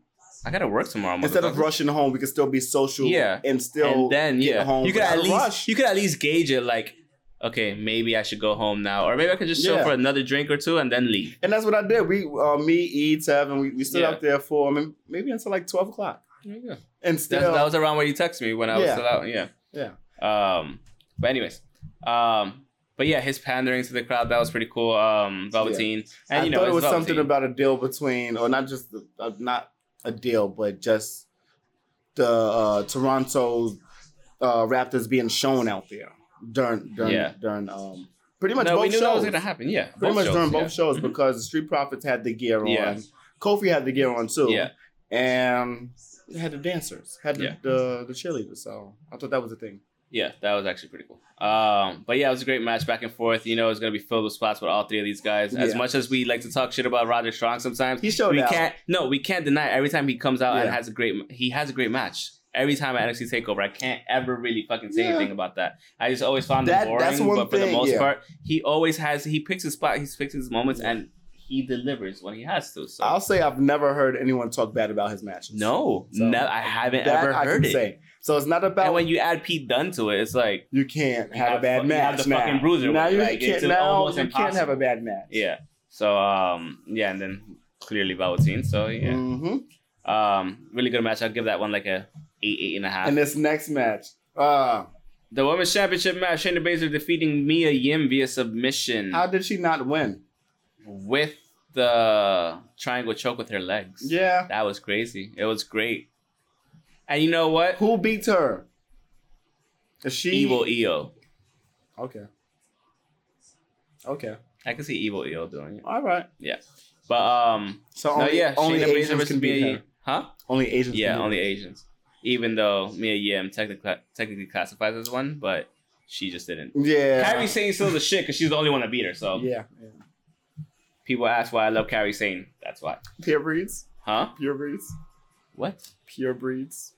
C: I gotta work tomorrow.
B: instead of
C: motherfucker.
B: rushing home, we can still be social.
C: Yeah.
B: And still
C: and then
B: get
C: yeah,
B: home
C: you could
B: without
C: at
B: a
C: least
B: rush.
C: you could at least gauge it like, okay, maybe I should go home now, or maybe I could just chill
B: Yeah.
C: for another drink or two and then leave.
B: and that's what I did. We, uh, me, E, Tev, and we, we stood
C: Yeah.
B: out there for I mean, maybe until like twelve o'clock,
C: There you go.
B: and
C: That's,
B: still
C: that was around where you texted me when I was
B: Yeah.
C: still out. Yeah.
B: yeah.
C: Um, but anyways, um, but yeah, his pandering to the crowd that was pretty cool. Um, Velveteen, and
B: I
C: you know,
B: thought it
C: it's
B: was something
C: Velveteen.
B: about a deal between, or not just the, uh, not a deal, but just the uh, Toronto uh, Raptors being shown out there during during
C: Yeah.
B: during um pretty much
C: no,
B: both
C: we knew
B: shows.
C: that was gonna happen. Yeah,
B: pretty
C: both
B: much
C: shows,
B: during both
C: yeah.
B: shows
C: Mhm.
B: because the Street Profits had the gear on,
C: Yeah.
B: Kofi had the gear on too,
C: Yeah.
B: and they had the dancers, had the,
C: Yeah.
B: the the cheerleaders. So I thought that was a thing.
C: Yeah, that was actually pretty cool. Um, but yeah, it was a great match back and forth. You know, it's gonna be filled with spots with all three of these guys. As
B: Yeah.
C: much as we like to talk shit about Roger Strong, sometimes
B: He showed
C: we
B: out.
C: can't. No, we can't deny. it. Every time he comes out and
B: Yeah.
C: has a great, he has a great match. Every time at NXT Takeover, I can't ever really fucking say
B: Yeah.
C: anything about that. I just always found him
B: That-
C: boring.
B: that's one
C: but for the
B: thing,
C: most
B: yeah.
C: part, he always has. He picks his spot. He picks his moments, and he delivers when he has to. So
B: I'll say I've never heard anyone talk bad about his matches.
C: no,
B: So,
C: no, I haven't
B: that
C: ever
B: I
C: heard
B: can
C: it.
B: say. So it's not about
C: And when you add Pete Dunne to it, it's like.
B: You can't
C: You
B: have,
C: have
B: a bad
C: fu- you have
B: match
C: the
B: now.
C: fucking bruiser
B: now
C: one,
B: you
C: like,
B: can't.
C: it's
B: Now
C: almost
B: you can't have a
C: impossible.
B: bad match.
C: Yeah. So um yeah, and then clearly Velveteen. So yeah.
B: hmm
C: Um really good match. I'll give that one like a eight, eight and a half.
B: And this next match, uh,
C: the women's championship match, Shayna Baszler defeating Mia Yim via submission
B: how did she not win?
C: with the triangle choke with her legs.
B: Yeah.
C: That was crazy. It was great. And you know what?
B: Who beat her? Is she
C: Evil E EO.
B: Okay. Okay.
C: I can see Evil EO doing it.
B: All right.
C: But um
B: So
C: no,
B: only,
C: yeah,
B: only
C: Shayna Baszler
B: Asians
C: versus
B: can beat
C: Mia
B: her.
C: Yim. Huh?
B: Only Asians.
C: Yeah,
B: can beat
C: only Asians. Even though Mia Yim technically technically classifies as one, but she just didn't.
B: her. Yeah.
C: Kyrie Sane's still the shit because she's the only one that beat her. So
B: Yeah. yeah.
C: People ask why I love Carrie Sane. That's why.
B: Pure breeds.
C: Huh?
B: Pure breeds.
C: What?
B: Pure breeds.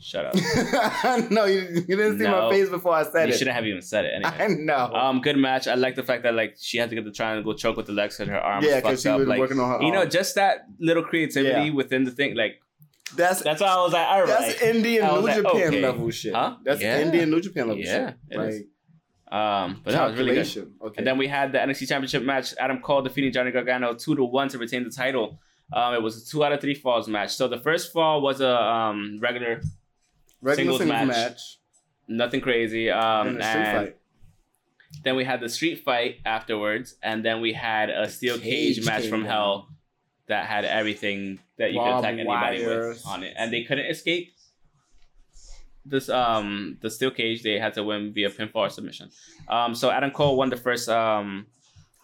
C: Shut up.
B: no, you, you didn't see
C: No.
B: my face before I said
C: you
B: it.
C: shouldn't have even said it
B: I
C: anyway.
B: know.
C: Um, good match. I like the fact that like she had to get the triangle choke with the legs because her arm
B: yeah,
C: was fucked
B: because she
C: up.
B: was
C: Like,
B: working on her.
C: you know,
B: arm.
C: just that little creativity
B: Yeah.
C: within the thing. Like
B: that's
C: that's why I was like, all right.
B: that's Indian
C: I
B: New
C: was like,
B: Japan
C: okay.
B: level shit.
C: Huh?
B: That's
C: Yeah.
B: Indian New Japan level
C: Yeah,
B: shit.
C: it
B: like,
C: is. Um, but that was really good.
B: calculation. Okay.
C: And then we had the NXT Championship match. Adam Cole defeating Johnny Gargano two to one to retain the title. Um, it was a two out of three falls match. So the first fall was a um, regular,
B: regular
C: singles
B: singles
C: match,
B: match,
C: nothing crazy. Um,
B: and a street
C: and
B: fight.
C: then we had the street fight afterwards, and then we had a steel cage,
B: cage
C: match
B: came
C: from
B: down.
C: hell that had everything that you could
B: Barbed
C: attack anybody
B: wires.
C: with on it, and they couldn't escape this um the steel cage. They had to win via pinfall or submission. Um, so Adam Cole won the first um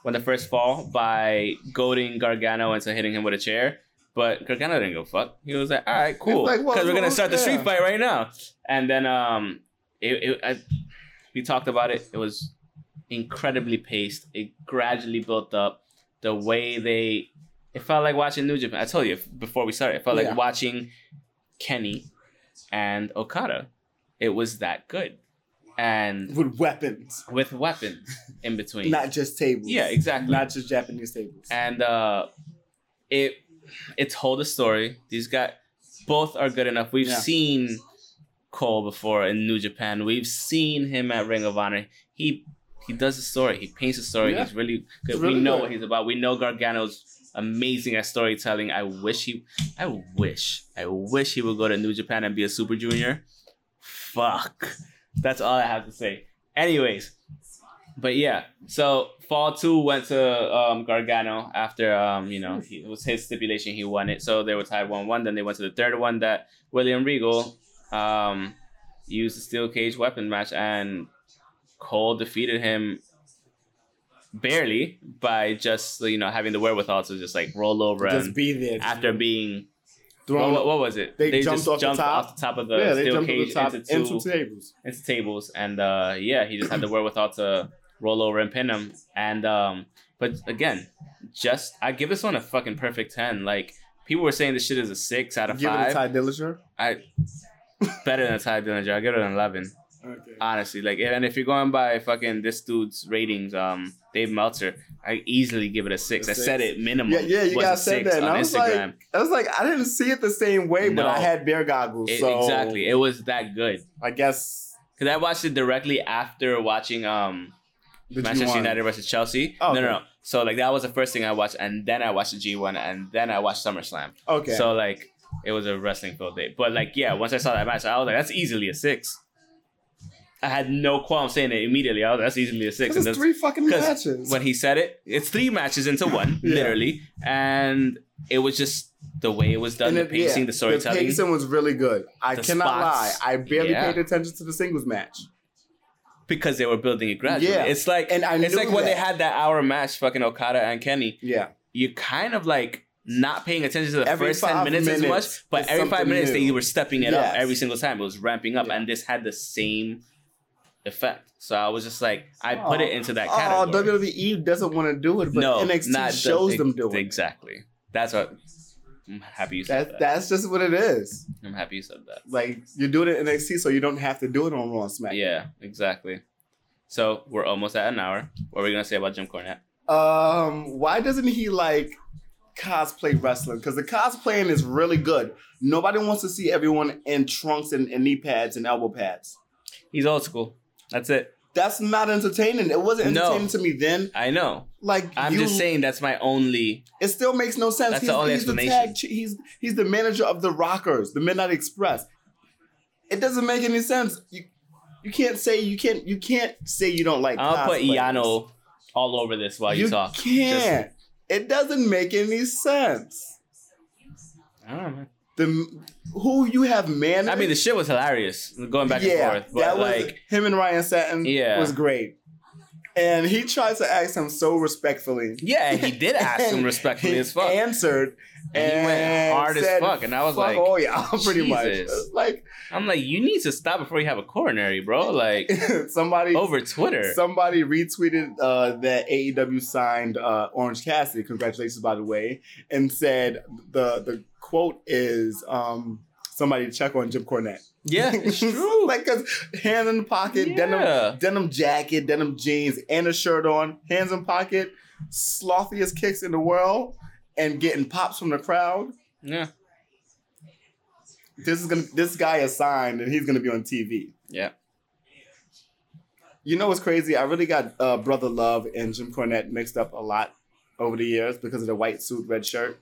C: won the first fall by goading Gargano into hitting him with a chair. But Gargano didn't go fuck. He was like, "All right, cool,
B: like,
C: because
B: what-
C: we're gonna
B: what-
C: start the
B: yeah.
C: street fight right now." And then um, it, it I, we talked about it. It was incredibly paced. It gradually built up. The way they, it felt like watching New Japan. I told you f- before we started, it felt
B: Yeah.
C: like watching Kenny and Okada. It was that good, and
B: with weapons,
C: with weapons in between.
B: not just tables.
C: yeah, exactly
B: Not just Japanese tables.
C: and uh it it told a story these guys both are good enough we've
B: Yeah.
C: seen cole before in new japan we've seen him at ring of honor he he does a story he paints a story
B: Yeah.
C: he's really good
B: It's really
C: we know
B: good.
C: what he's about we know gargano's amazing at storytelling i wish he i wish i wish he would go to new japan and be a super junior fuck that's all i have to say anyways but yeah, so Fall Two went to um, Gargano after um, you know he, it was his stipulation he won it, so they were tied one one. Then they went to the third one that William Regal um, used the steel cage weapon match, and Cole defeated him barely by just you know having the wherewithal to just like roll over
B: just
C: and
B: be there.
C: after being
B: thrown
C: what, what, what was it?
B: They jumped off the top.
C: off the top of the
B: yeah, they
C: steel
B: jumped
C: cage
B: to the top
C: into two
B: into tables.
C: into tables, and uh, yeah, he just had the wherewithal to roll over and pin him. And um, but again, just I give this one a fucking perfect ten. Like people were saying, this shit is a six out of
B: Give it
C: five.
B: a Ty Dillinger.
C: I better than a Ty Dillinger. I give it an eleven,
B: Okay.
C: honestly. Like, and if you're going by fucking this dude's ratings, um, Dave Meltzer, I easily give it a six.
B: A
C: I said
B: six.
C: it minimum.
B: Yeah, yeah, you
C: was a
B: guys said
C: six
B: that, and
C: on
B: I was
C: Instagram.
B: like, I was like, I didn't see it the same way, but
C: No.
B: I had beer goggles,
C: It-
B: so
C: exactly, it was that good.
B: I guess
C: Cause I watched it directly after watching um
B: the
C: Manchester
B: G1.
C: United versus Chelsea.
B: Oh,
C: no, no,
B: okay.
C: no. So like that was the first thing I watched, and then I watched the G one, and then I watched SummerSlam.
B: Okay,
C: So like it was a wrestling filled day. But like yeah, once I saw that match, I was like, that's easily a six. I had no qualm saying it immediately. I was like, that's easily a six.
B: this
C: And
B: is
C: that's-
B: three fucking
C: 'cause
B: matches.
C: when he said it, it's three matches into one,
B: Yeah.
C: literally, and it was just the way it was done, the
B: it-
C: pacing,
B: yeah,
C: the storytelling.
B: The pacing was really good. I
C: The
B: cannot
C: spots.
B: lie. I barely
C: Yeah.
B: paid attention to the singles match.
C: because they were building it gradually.
B: Yeah.
C: It's like
B: And I
C: it's
B: knew
C: like when they
B: that.
C: had that hour match, fucking Okada and Kenny.
B: Yeah.
C: You're kind of like not paying attention to the
B: Every
C: first
B: five
C: ten minutes, as
B: minutes
C: much, but
B: is
C: every five
B: something
C: minutes
B: new.
C: they were stepping it up
B: Yes.
C: every single time. It was ramping up,
B: Yeah.
C: and this had the same effect. So I was just like, I put it into that
B: Oh,
C: category.
B: WWE doesn't want to do it, but
C: no,
B: NXT
C: not the-
B: shows them
C: ex-
B: doing it.
C: exactly. That's what. I'm happy you said
B: That,
C: that.
B: that's just what it is.
C: I'm happy you said that.
B: Like you're doing it in NXT, so you don't have to do it on Raw and SmackDown.
C: Yeah, exactly. So we're almost at an hour. What are we gonna say about Jim Cornette?
B: Um, why doesn't he like cosplay wrestling? Because the cosplaying is really good. Nobody wants to see everyone in trunks and, and knee pads and elbow pads.
C: He's old school. That's it.
B: That's not entertaining. It wasn't
C: No.
B: entertaining to me then.
C: I know.
B: Like
C: I'm
B: you-
C: just saying that's my only.
B: It still makes no sense.
C: That's
B: he's,
C: the only
B: he's
C: explanation.
B: tag, ch- he's he's the manager of the Rockers, the Midnight Express. It doesn't make any sense. You you can't say you can't you can't say you don't like.
C: I'll put
B: cosplayers.
C: Yano all over this while you,
B: You
C: talk.
B: can't. It doesn't make any sense.
C: I don't know, man.
B: The who you have man.
C: I mean, the shit was hilarious going back and forth, but
B: that was
C: like,
B: him and Ryan Satin.
C: Yeah.
B: was great. and he tries to ask him so respectfully.
C: Yeah, and he did ask him
B: And
C: respectfully
B: he
C: as fuck.
B: Answered,
C: And he went hard as
B: said,
C: fuck, and I was
B: "Fuck
C: like,
B: "Oh yeah, pretty much."
C: Jesus.
B: It's Like
C: I'm like, you need to stop before you have a coronary, bro. Like
B: somebody
C: over Twitter.
B: Somebody retweeted uh, that AEW signed uh, Orange Cassidy. Congratulations, by the way, and said the the quote is um, somebody check on Jim Cornette.
C: yeah, it's true.
B: like, cause hand in the pocket,
C: Yeah.
B: denim denim jacket, denim jeans, and a shirt on, hands in pocket, slothiest kicks in the world, and getting pops from the crowd.
C: yeah,
B: This is gonna this guy is signed, and he's gonna be on TV.
C: yeah.
B: You know what's crazy? I really got uh, Brother Love and Jim Cornette mixed up a lot over the years because of the white suit, red shirt,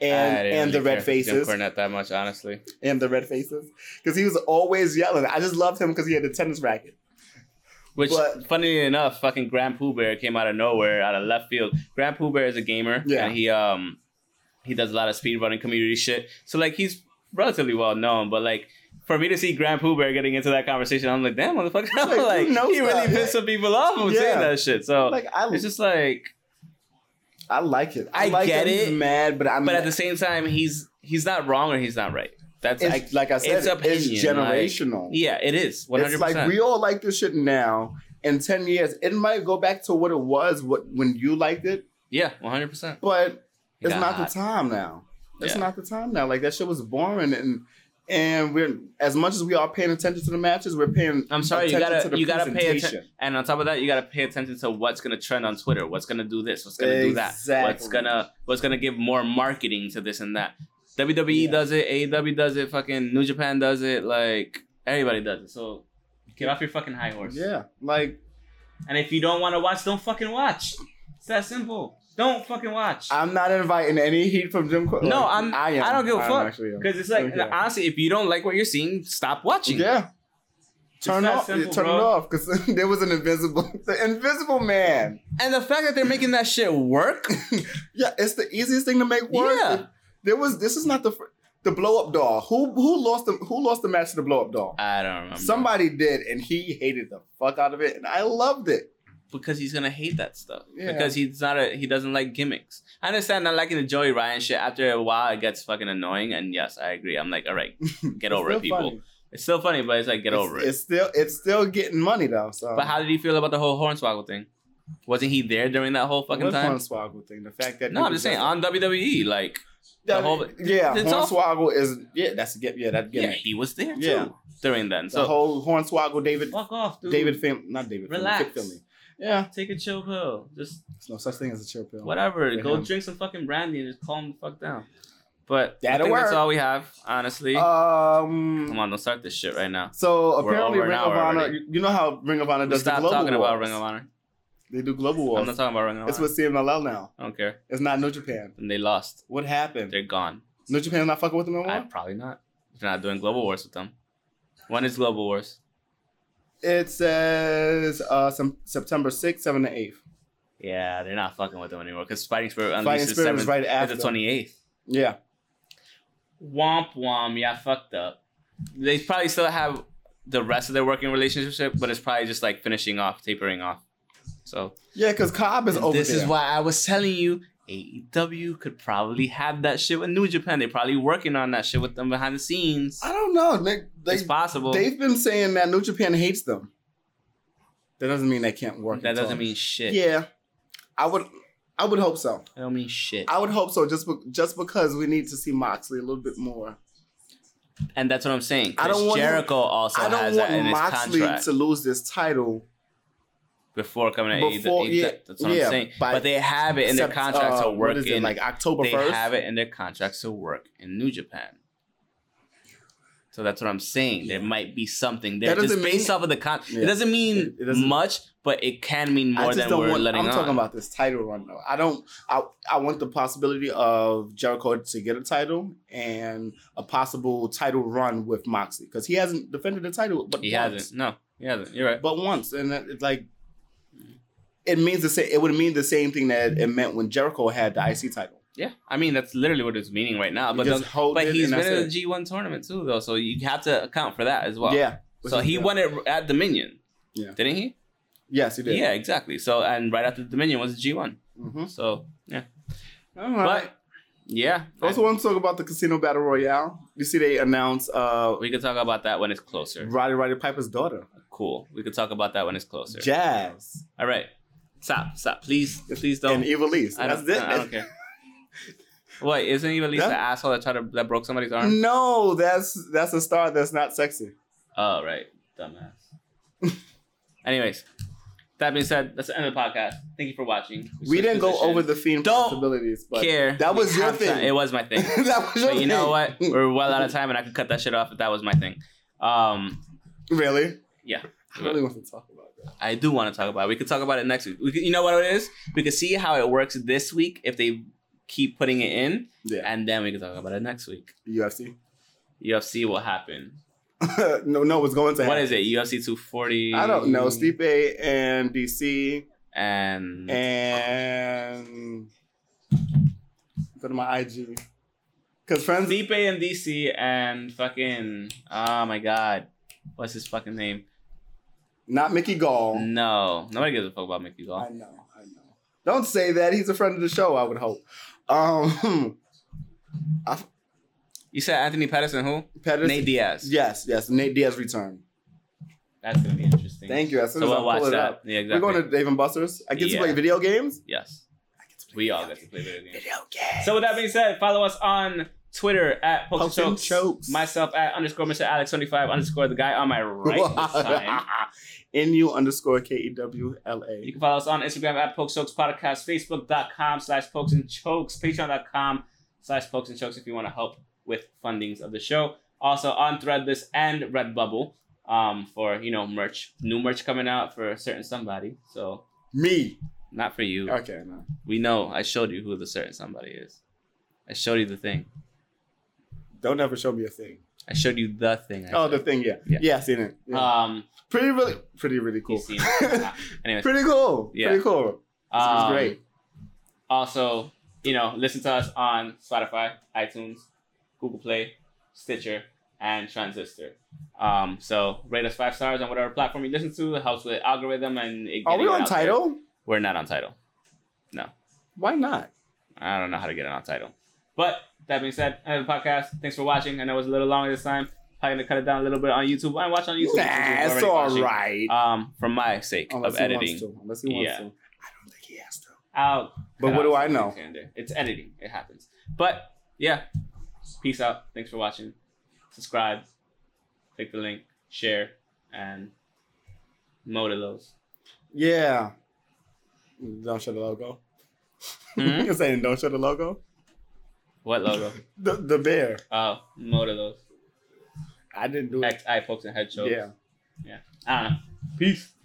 B: and
C: I Ah, didn't
B: and the
C: really
B: red
C: care for
B: faces,
C: Jim Cornette that much, honestly.
B: and the red faces, because he was always yelling. I just loved him because he had the tennis racket.
C: Which,
B: But-
C: funnily enough, fucking Grand Pooh Bear came out of nowhere, out of left field. Grand Pooh Bear is a gamer,
B: Yeah.
C: and he um he does a lot of speedrunning community shit. So like he's relatively well known, but like for me to see Grand Pooh Bear getting into that conversation, I'm like, damn, motherfucker,
B: Like,
C: like,
B: who knows
C: he really
B: that?
C: pissed some people off with saying
B: Yeah.
C: that shit. So
B: Like I,
C: it's just like,
B: I like it.
C: I
B: like
C: get
B: that he's
C: it,
B: mad, but I'm
C: but at the same time, he's he's not wrong or he's not right. That's
B: it's, like, like I said,
C: it's
B: it's,
C: opinion,
B: generational.
C: yeah, it is 100.
B: it's like we all like this shit now. In ten years, it might go back to what it was what, when you liked it,
C: yeah, 100. percent
B: but It's not the time now. It's
C: Yeah.
B: not the time now. Like that shit was boring and and we're as much as we are paying attention to the matches, we're paying
C: I'm sorry, you
B: attention to
C: gotta
B: the
C: you gotta pay
B: presentation.
C: attention, and on top of that, you gotta pay attention to what's gonna trend on Twitter, what's gonna do this, what's gonna do that, what's
B: Exactly.
C: gonna what's gonna give more marketing to this and that. WWE
B: Yeah.
C: does it, AEW does it, fucking New Japan does it, like everybody does it. So get off your fucking high horse.
B: Yeah. Like
C: And if you don't want to watch, don't fucking watch. It's that simple. Don't fucking watch.
B: I'm not inviting any heat from Jim Cor-
C: No,
B: like,
C: I'm-
B: I, am.
C: I don't give a
B: I'm
C: fuck.
B: actually am.
C: Because it's like
B: Okay.
C: honestly, if you don't like what you're seeing, stop watching.
B: Yeah.
C: It's
B: Turn
C: that
B: off
C: simple,
B: turn
C: bro.
B: it off because there was an invisible the invisible man.
C: And the fact that they're making that shit work,
B: Yeah, it's the easiest thing to make work.
C: Yeah.
B: There was this is not the fir- the blow up doll. Who who lost the who lost the match to the blow up doll?
C: I don't remember.
B: Somebody did, and he hated the fuck out of it, and I loved it.
C: because he's gonna hate that stuff.
B: Yeah.
C: Because he's not a he doesn't like gimmicks. I understand not liking the Joey Ryan shit. After a while, it gets fucking annoying. And yes, I agree. I'm like, all right, get over
B: Still
C: it, people.
B: funny.
C: It's still funny, but it's like get
B: It's-
C: over
B: It's um, still it's still getting money though. So,
C: it. But how did he feel about the whole hornswoggle thing? Wasn't he there during that whole fucking
B: What
C: time?
B: Hornswoggle thing. The fact that
C: No, I'm just saying on WWE, like the whole-
B: yeah,
C: it's all-
B: Hornswoggle is yeah. That's a get yeah. That
C: yeah,
B: gimmick.
C: he was there too
B: Yeah.
C: during then.
B: The
C: So
B: whole Hornswoggle David
C: fuck off, dude.
B: David Finley, not David
C: Relax.
B: Finley, Kip Finley. Yeah,
C: take a chill pill. Just
B: there's no such thing as a chill pill.
C: whatever.
B: For
C: Go
B: him.
C: drink some fucking brandy and just calm the fuck down. But I
B: That'll
C: think that's
B: work.
C: all we have, honestly. Come
B: Um.
C: on, don't start this shit right now.
B: So
C: We're
B: apparently,
C: over an
B: Ring of
C: hour
B: Honor.
C: already.
B: You, you know how Ring of Honor does the
C: Stop
B: global
C: talking about
B: wars.
C: Ring of Honor.
B: They do global
C: I'm
B: wars.
C: not talking about Ring of
B: It's
C: Honor.
B: with CMLL now.
C: I don't care.
B: It's not New Japan.
C: And they lost.
B: What happened?
C: They're gone.
B: New Japan's not fucking with them no more.
C: I probably not. They're not doing global wars with them. When is global wars?
B: It says uh, some September 6th, 7th, and 8th.
C: Yeah, they're not fucking with them anymore because Fighting Spirit unleashes
B: Fighting Spirit is
C: seventh-
B: right after.
C: the 28th.
B: Yeah.
C: Womp womp. Yeah, fucked up. They probably still have the rest of their working relationship, but it's probably just like finishing off, tapering off. So
B: Yeah, because Cobb is over
C: this
B: there.
C: is why I was telling you AEW could probably have that shit with New Japan. They're probably working on that shit with them behind the scenes.
B: I don't know. They,
C: it's
B: they,
C: possible.
B: they've been saying that New Japan hates them. That doesn't mean they can't work.
C: that
B: until-
C: doesn't mean shit.
B: Yeah. I would I would hope so.
C: That don't mean shit.
B: I would hope so just be, just because we need to see Moxley a little bit more.
C: and that's what I'm saying.
B: I don't
C: Chris
B: want him-
C: Jericho also
B: I don't
C: has that in
B: want
C: his
B: Moxley
C: contract
B: to lose this title.
C: before coming to
B: Before-
C: AEW.
B: yeah,
C: that's what
B: yeah,
C: I'm saying.
B: by-
C: But they have it in their
B: Sept-
C: contract
B: uh,
C: to work
B: what is
C: in.
B: it, like October
C: they
B: 1st?
C: have it in their contracts to work in New Japan. So that's what I'm saying. There might be something there,
B: That
C: just
B: doesn't
C: based
B: mean-
C: off of the con. It
B: Yeah.
C: doesn't mean
B: It- it doesn't-
C: much, but it can mean
B: I
C: more
B: just
C: than
B: don't
C: we're
B: want,
C: letting
B: I'm
C: on.
B: talking about this title run though. I don't. I I want the possibility of Jericho to get a title and a possible title run with Moxie because he hasn't defended the title, but
C: he
B: once,
C: hasn't. No, he hasn't. You're right.
B: but once, and that- it's like it means the same. It would mean the same thing that it meant when Jericho had the IC title.
C: Yeah, I mean that's literally what it's meaning right now.
B: You
C: Uh, But
B: just
C: the-
B: hold
C: but
B: it
C: he's
B: and
C: been
B: that's
C: in the
B: it.
C: G one tournament too, though, so you have to account for that as well.
B: Yeah,
C: So he won it at Dominion.
B: Yeah.
C: Didn't he?
B: Yes, he did.
C: Yeah, exactly. So and right after Dominion was G one.
B: Mm-hmm.
C: So yeah,
B: All right.
C: but yeah,
B: also want to talk about the Casino Battle Royale. You see, they announced uh,
C: we can talk about that when it's closer.
B: Roddy Roddy Piper's daughter,
C: Cool. We can talk about that when it's closer.
B: Jazz,
C: All right, stop, stop, please, please don't.
B: and Eva Lee.
C: I
B: That's
C: don't,
B: it.
C: I don't care. What isn't even Lisa
B: That-
C: the asshole that tried to that broke somebody's
B: Mm.
C: arm?
B: No, that's that's a star that's not sexy.
C: Oh right, dumbass. Anyways, that being said, that's the end of the podcast. Thank you for watching.
B: We
C: switched
B: didn't go
C: positions.
B: over the theme
C: Don't
B: possibilities, but
C: care.
B: that was
C: We
B: your
C: have time.
B: thing.
C: It was my thing.
B: that was your
C: but you know
B: thing.
C: what? We're well out of time, and I could cut that shit off if that was my thing. Um,
B: Really?
C: Yeah.
B: I really want to talk about that.
C: I do want to talk about. it. We could talk about it next week. We could, you know what it is? We could see how it works this week if they keep putting it in,
B: Yeah.
C: and then we can talk about it next week.
B: UFC.
C: UFC will happen.
B: no, no, what's going to happen?
C: What is it? UFC 240.
B: I don't know. Stipe and DC
C: and
B: and go to my IG. Cause friends,
C: Stipe and DC and fucking oh my god, what's his fucking name?
B: not Mickey
C: Mm.
B: Gall.
C: No, nobody gives a fuck about Mickey
B: I
C: Gall.
B: know, I know. Don't say that. He's a friend of the show. I would hope. Um,
C: You said Anthony Patterson, who?
B: Pettis,
C: Nate Diaz.
B: Yes, yes. Nate Diaz return.
C: that's gonna be interesting.
B: Thank you. As soon
C: So
B: as I
C: we'll
B: pull
C: watch
B: it
C: that.
B: up,
C: Yeah, exactly.
B: we're going to Dave and Buster's. I get
C: Yeah.
B: to play video games.
C: yes.
B: I get to play
C: We all
B: video
C: get to play video games.
B: Video games.
C: So with that being said, follow us on Twitter at Pokes
B: Pokes and
C: Chokes,
B: Chokes.
C: myself at underscore Mr. Alex twenty five underscore the guy on my right this time.
B: NU underscore K E W L
C: You
B: A.
C: can follow us on Instagram at Pokes Chokes Podcast, Facebook.com slash Pokes and Chokes, Patreon.com slash Pokes and Chokes if you want to help with fundings of the show. Also on Threadless and Redbubble um, for, you know, merch. New merch coming out for a certain somebody. So
B: Me.
C: not for you.
B: Okay. No.
C: We know. I showed you who the certain somebody is. I showed you the thing.
B: Don't ever show me a thing.
C: I showed you the thing. I
B: Oh, the
C: said.
B: thing. Yeah.
C: Yeah.
B: Yeah. I seen it. Yeah.
C: Um,
B: pretty really, pretty really Oh, cool.
C: you seen it. Ah, Anyways,
B: pretty cool.
C: Yeah.
B: Pretty cool. This was
C: um,
B: great.
C: Also, you know, listen to us on Spotify, iTunes, Google Play, Stitcher, and Transistor. Um, so rate us five stars on whatever platform you listen to. It helps with algorithm and. It
B: Are we
C: getting it
B: on
C: out there.
B: title?
C: We're not on title.
B: Why not?
C: I don't know how to get it on title. But that being said, end of the podcast. Thanks for watching. I know it was a little longer this time. Probably gonna cut it down a little bit on YouTube. I watch on YouTube.
B: Nah,
C: since
B: it's
C: you're already
B: all
C: watching.
B: right.
C: Um, for my sake
B: Unless
C: of
B: he
C: editing,
B: wants to. Unless he wants
C: Yeah.
B: to. I don't think he has to.
C: I'll
B: But
C: cut
B: what
C: out
B: do I
C: some
B: know?
C: things here and there. It's editing. It happens. But yeah, peace out. Thanks for watching. Subscribe, click the link, share, and modelos.
B: Yeah. Don't show the logo.
C: Hmm?
B: You're saying don't show the logo?
C: What logo?
B: The, the bear.
C: Oh, modelos.
B: I didn't do it.
C: X eye pokes and head shows.
B: Yeah.
C: I don't know. Peace.